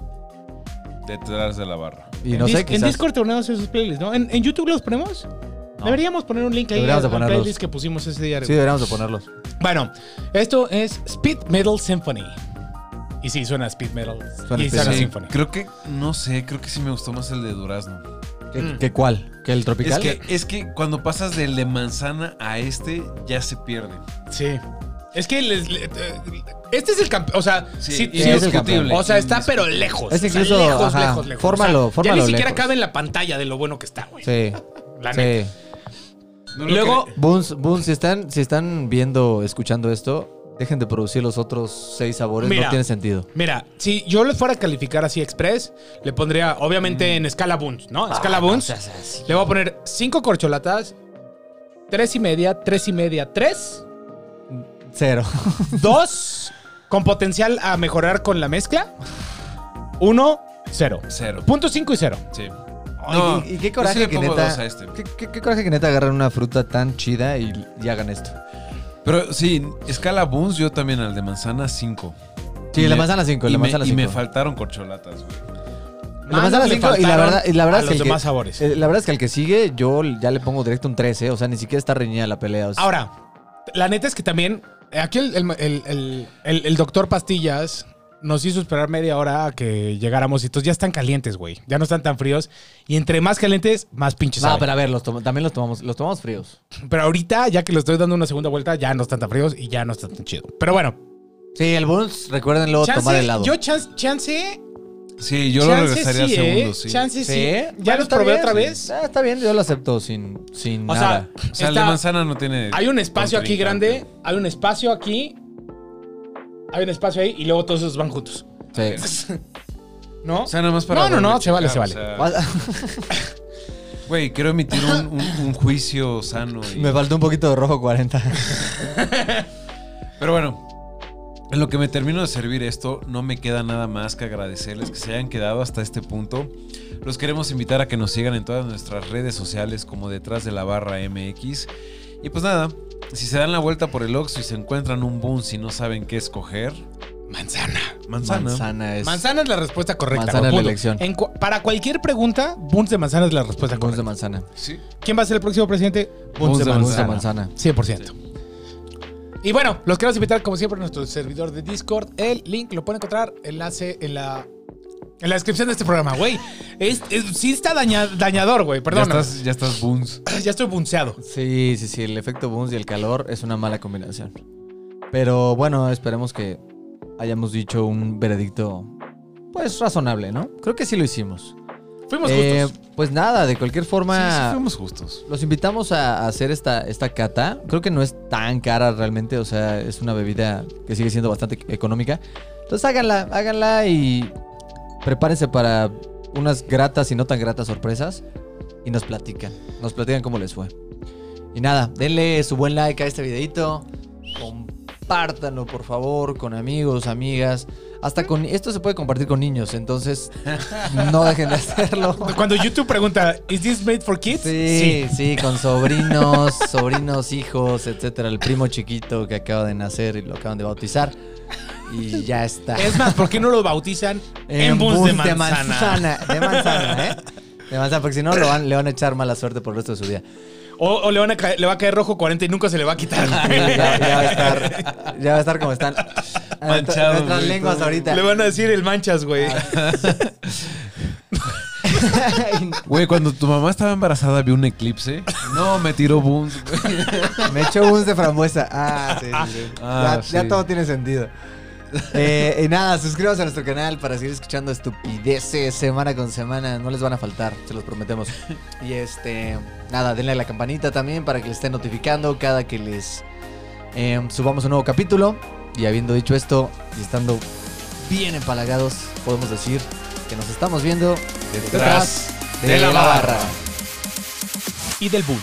[SPEAKER 2] Detrás de la barra.
[SPEAKER 4] y
[SPEAKER 3] en
[SPEAKER 4] no
[SPEAKER 3] dis-
[SPEAKER 4] sé,
[SPEAKER 3] En
[SPEAKER 4] quizás.
[SPEAKER 3] Discord tenemos esos playlists, ¿no? ¿En, en YouTube los ponemos?
[SPEAKER 4] No.
[SPEAKER 3] Deberíamos poner un link ahí
[SPEAKER 4] Deberíamos de
[SPEAKER 3] al- al
[SPEAKER 4] ponerlos.
[SPEAKER 3] playlist que pusimos ese día.
[SPEAKER 4] Sí, deberíamos de ponerlos.
[SPEAKER 3] Bueno, esto es Speed Metal Symphony. Y sí, suena Speed Metal.
[SPEAKER 4] Suena
[SPEAKER 3] y
[SPEAKER 4] Speed
[SPEAKER 3] suena
[SPEAKER 4] Metal.
[SPEAKER 3] Symphony.
[SPEAKER 2] creo que, no sé, creo que sí me gustó más el de durazno.
[SPEAKER 4] ¿Qué,
[SPEAKER 3] Mm.
[SPEAKER 4] qué cuál? ¿Que el
[SPEAKER 2] Es
[SPEAKER 4] tropical?
[SPEAKER 2] que, es que cuando pasas del de manzana a este, ya se pierde.
[SPEAKER 3] Sí. Es que les- le- eh, este es el campeón. O sea,
[SPEAKER 2] Sí,
[SPEAKER 3] sí,
[SPEAKER 2] es
[SPEAKER 3] sí,
[SPEAKER 4] indiscutible.
[SPEAKER 3] O sea, está pero lejos.
[SPEAKER 4] Es
[SPEAKER 3] o sea,
[SPEAKER 4] incluso,
[SPEAKER 3] lejos,
[SPEAKER 4] ajá,
[SPEAKER 3] lejos, lejos. O
[SPEAKER 4] fórmalo,
[SPEAKER 3] sea,
[SPEAKER 4] fórmalo
[SPEAKER 3] Ya ni siquiera
[SPEAKER 4] lejos.
[SPEAKER 3] cabe en la pantalla de lo bueno que está, güey.
[SPEAKER 4] Sí,
[SPEAKER 3] La neta.
[SPEAKER 4] sí.
[SPEAKER 2] No lo
[SPEAKER 3] Luego,
[SPEAKER 2] cre-
[SPEAKER 4] Boons, Boons, si están, si están viendo, escuchando esto, dejen de producir los otros seis sabores.
[SPEAKER 3] Mira.
[SPEAKER 4] No tiene sentido.
[SPEAKER 3] Mira, si yo le fuera a calificar así express, le pondría, obviamente, en escala Boons,
[SPEAKER 4] Ah,
[SPEAKER 3] ¿no? Escala Boons. Le voy a poner cinco corcholatas, tres y media, tres y media, tres,
[SPEAKER 4] Cero.
[SPEAKER 3] dos, con potencial a mejorar con la mezcla, uno, cero.
[SPEAKER 2] Cero.
[SPEAKER 3] Punto cinco y cero.
[SPEAKER 2] Sí.
[SPEAKER 4] Ay, y, y qué coraje
[SPEAKER 2] yo sí le
[SPEAKER 4] que
[SPEAKER 2] pongo
[SPEAKER 4] neta.
[SPEAKER 2] dos a este.
[SPEAKER 4] Qué, qué- qué coraje que neta agarran una fruta tan chida y, y hagan esto.
[SPEAKER 2] Pero sí, escala Boons, yo también al de manzana 5.
[SPEAKER 4] Sí, la manzana cinco, la manzana
[SPEAKER 2] Y me
[SPEAKER 4] cinco.
[SPEAKER 2] faltaron corcholatas, güey.
[SPEAKER 4] La manzana
[SPEAKER 3] Más le
[SPEAKER 4] cinco, y la
[SPEAKER 3] faltaron
[SPEAKER 4] verdad, y la verdad
[SPEAKER 3] a
[SPEAKER 4] es
[SPEAKER 3] los
[SPEAKER 4] que el que-
[SPEAKER 3] demás sabores.
[SPEAKER 4] eh, la verdad es que al que sigue, yo ya le pongo directo un 13, o sea, ni siquiera está reñida la pelea. o sea,
[SPEAKER 3] Ahora, la neta es que también, eh, aquí el, el- el- el- el- el doctor Pastillas nos hizo esperar media hora a que llegáramos y entonces ya están calientes, güey. Ya no están tan fríos. Y entre más calientes, más pinches.
[SPEAKER 4] No, pero a ver, los tom- también los tomamos, los tomamos fríos.
[SPEAKER 3] pero ahorita, ya que lo estoy dando una segunda vuelta, ya no están tan fríos y ya no están tan chido. Pero bueno,
[SPEAKER 4] Sí, el Bulls, recuérdenlo,
[SPEAKER 3] chance,
[SPEAKER 4] tomar helado.
[SPEAKER 3] yo chance, chance,
[SPEAKER 2] Sí, yo lo
[SPEAKER 3] chance
[SPEAKER 2] regresaría
[SPEAKER 3] sí,
[SPEAKER 2] al segundo,
[SPEAKER 3] ¿eh?
[SPEAKER 2] sí.
[SPEAKER 3] Chance sí. Ya
[SPEAKER 4] Bueno,
[SPEAKER 3] los
[SPEAKER 4] está
[SPEAKER 3] probé
[SPEAKER 4] bien.
[SPEAKER 3] otra vez.
[SPEAKER 4] Ah, está bien, yo lo acepto sin, sin
[SPEAKER 3] O sea,
[SPEAKER 4] nada.
[SPEAKER 2] O sea, el de
[SPEAKER 3] está-
[SPEAKER 2] manzana no tiene.
[SPEAKER 3] Hay un espacio aquí
[SPEAKER 2] contrincante.
[SPEAKER 3] grande, hay un espacio aquí, hay un espacio ahí y luego todos esos van juntos,
[SPEAKER 4] Sí.
[SPEAKER 3] ¿no?
[SPEAKER 2] O sea, nada más para.
[SPEAKER 3] No, no, no, se vale, se
[SPEAKER 2] checar,
[SPEAKER 3] vale.
[SPEAKER 2] o sea, Güey, quiero emitir un, un- un juicio sano. y-
[SPEAKER 4] Me faltó un poquito de rojo 40.
[SPEAKER 2] Pero bueno, en lo que me termino de servir esto, no me queda nada más que agradecerles que se hayan quedado hasta este punto. Los queremos invitar a que nos sigan en todas nuestras redes sociales como detrás de la barra MX. Y pues nada, si se dan la vuelta por el Oxxo y se encuentran un boom si no saben qué escoger,
[SPEAKER 3] Manzana.
[SPEAKER 2] manzana.
[SPEAKER 4] Manzana es.
[SPEAKER 3] Manzana es la respuesta correcta. güey,
[SPEAKER 4] Manzana es la
[SPEAKER 3] punto.
[SPEAKER 4] elección.
[SPEAKER 3] En cu- para cualquier pregunta, Buns de manzana es la respuesta
[SPEAKER 4] Buns de
[SPEAKER 3] correcta.
[SPEAKER 4] manzana.
[SPEAKER 2] Sí.
[SPEAKER 3] ¿Quién va a ser el próximo presidente?
[SPEAKER 4] Buns de,
[SPEAKER 2] de
[SPEAKER 4] buns de
[SPEAKER 2] manzana.
[SPEAKER 4] manzana.
[SPEAKER 3] 100%. Y bueno, los queremos invitar, como siempre, a nuestro servidor de Discord. El link lo pueden encontrar, enlace en la, en la descripción de este programa, güey. Es, es- sí está daña- dañador, güey,
[SPEAKER 2] Ya
[SPEAKER 3] perdón.
[SPEAKER 2] estás, ya estás booms.
[SPEAKER 3] ya estoy bunceado.
[SPEAKER 4] Sí, sí, sí. El efecto Buns y el calor es una mala combinación. Pero bueno, esperemos que hayamos dicho un veredicto, pues razonable, ¿no? Creo que sí lo hicimos.
[SPEAKER 3] Fuimos
[SPEAKER 4] Eh,
[SPEAKER 3] justos.
[SPEAKER 4] pues nada, de cualquier
[SPEAKER 2] Sí, sí
[SPEAKER 4] forma,
[SPEAKER 2] fuimos justos.
[SPEAKER 4] los invitamos a a hacer esta, esta cata. Creo que no es tan cara realmente, o sea, es una bebida que sigue siendo bastante económica. Entonces háganla, háganla y prepárense para unas gratas y no tan gratas sorpresas y nos platican, nos platican cómo les fue. Y nada, denle su buen like a este videito, compártanlo por favor con amigos, amigas, Hasta con esto se puede compartir con niños, entonces no dejen de hacerlo.
[SPEAKER 3] Cuando YouTube pregunta, ¿Is this made for kids?
[SPEAKER 4] Sí, sí, con sobrinos, sobrinos, hijos, etcétera. El primo chiquito que acaba de nacer y lo acaban de bautizar. Y ya está.
[SPEAKER 3] Es más, ¿por qué no lo bautizan en
[SPEAKER 4] bus
[SPEAKER 3] bus de manzana?
[SPEAKER 4] De manzana, ¿eh? De manzana, porque si no lo van- le van a echar mala suerte por el resto de su día.
[SPEAKER 3] O, o le, van a caer- le va a caer rojo 40 y nunca se le va a quitar.
[SPEAKER 4] Sí, ya, ya va a estar, ya va a estar como están.
[SPEAKER 2] Manchado,
[SPEAKER 4] Nuestras
[SPEAKER 2] güey.
[SPEAKER 4] lenguas ahorita.
[SPEAKER 3] le van a decir el manchas,
[SPEAKER 4] Ah,
[SPEAKER 3] güey.
[SPEAKER 2] Güey, cuando tu mamá estaba embarazada, vi un eclipse. No, me tiró booms.
[SPEAKER 4] Me echó bus de frambuesa. Ah, sí, sí, sí.
[SPEAKER 2] Ah,
[SPEAKER 4] ya, ya
[SPEAKER 2] sí.
[SPEAKER 4] todo tiene sentido. Eh, y nada, suscríbanse a nuestro canal para seguir escuchando estupideces semana con semana. No les van a faltar, se los prometemos. Y este, nada, denle a la campanita también para que les esté notificando cada que les eh, subamos un nuevo capítulo. Y habiendo dicho esto y estando bien empalagados, podemos decir que nos estamos viendo
[SPEAKER 2] Detrás
[SPEAKER 4] de, la barra.
[SPEAKER 3] y del bus.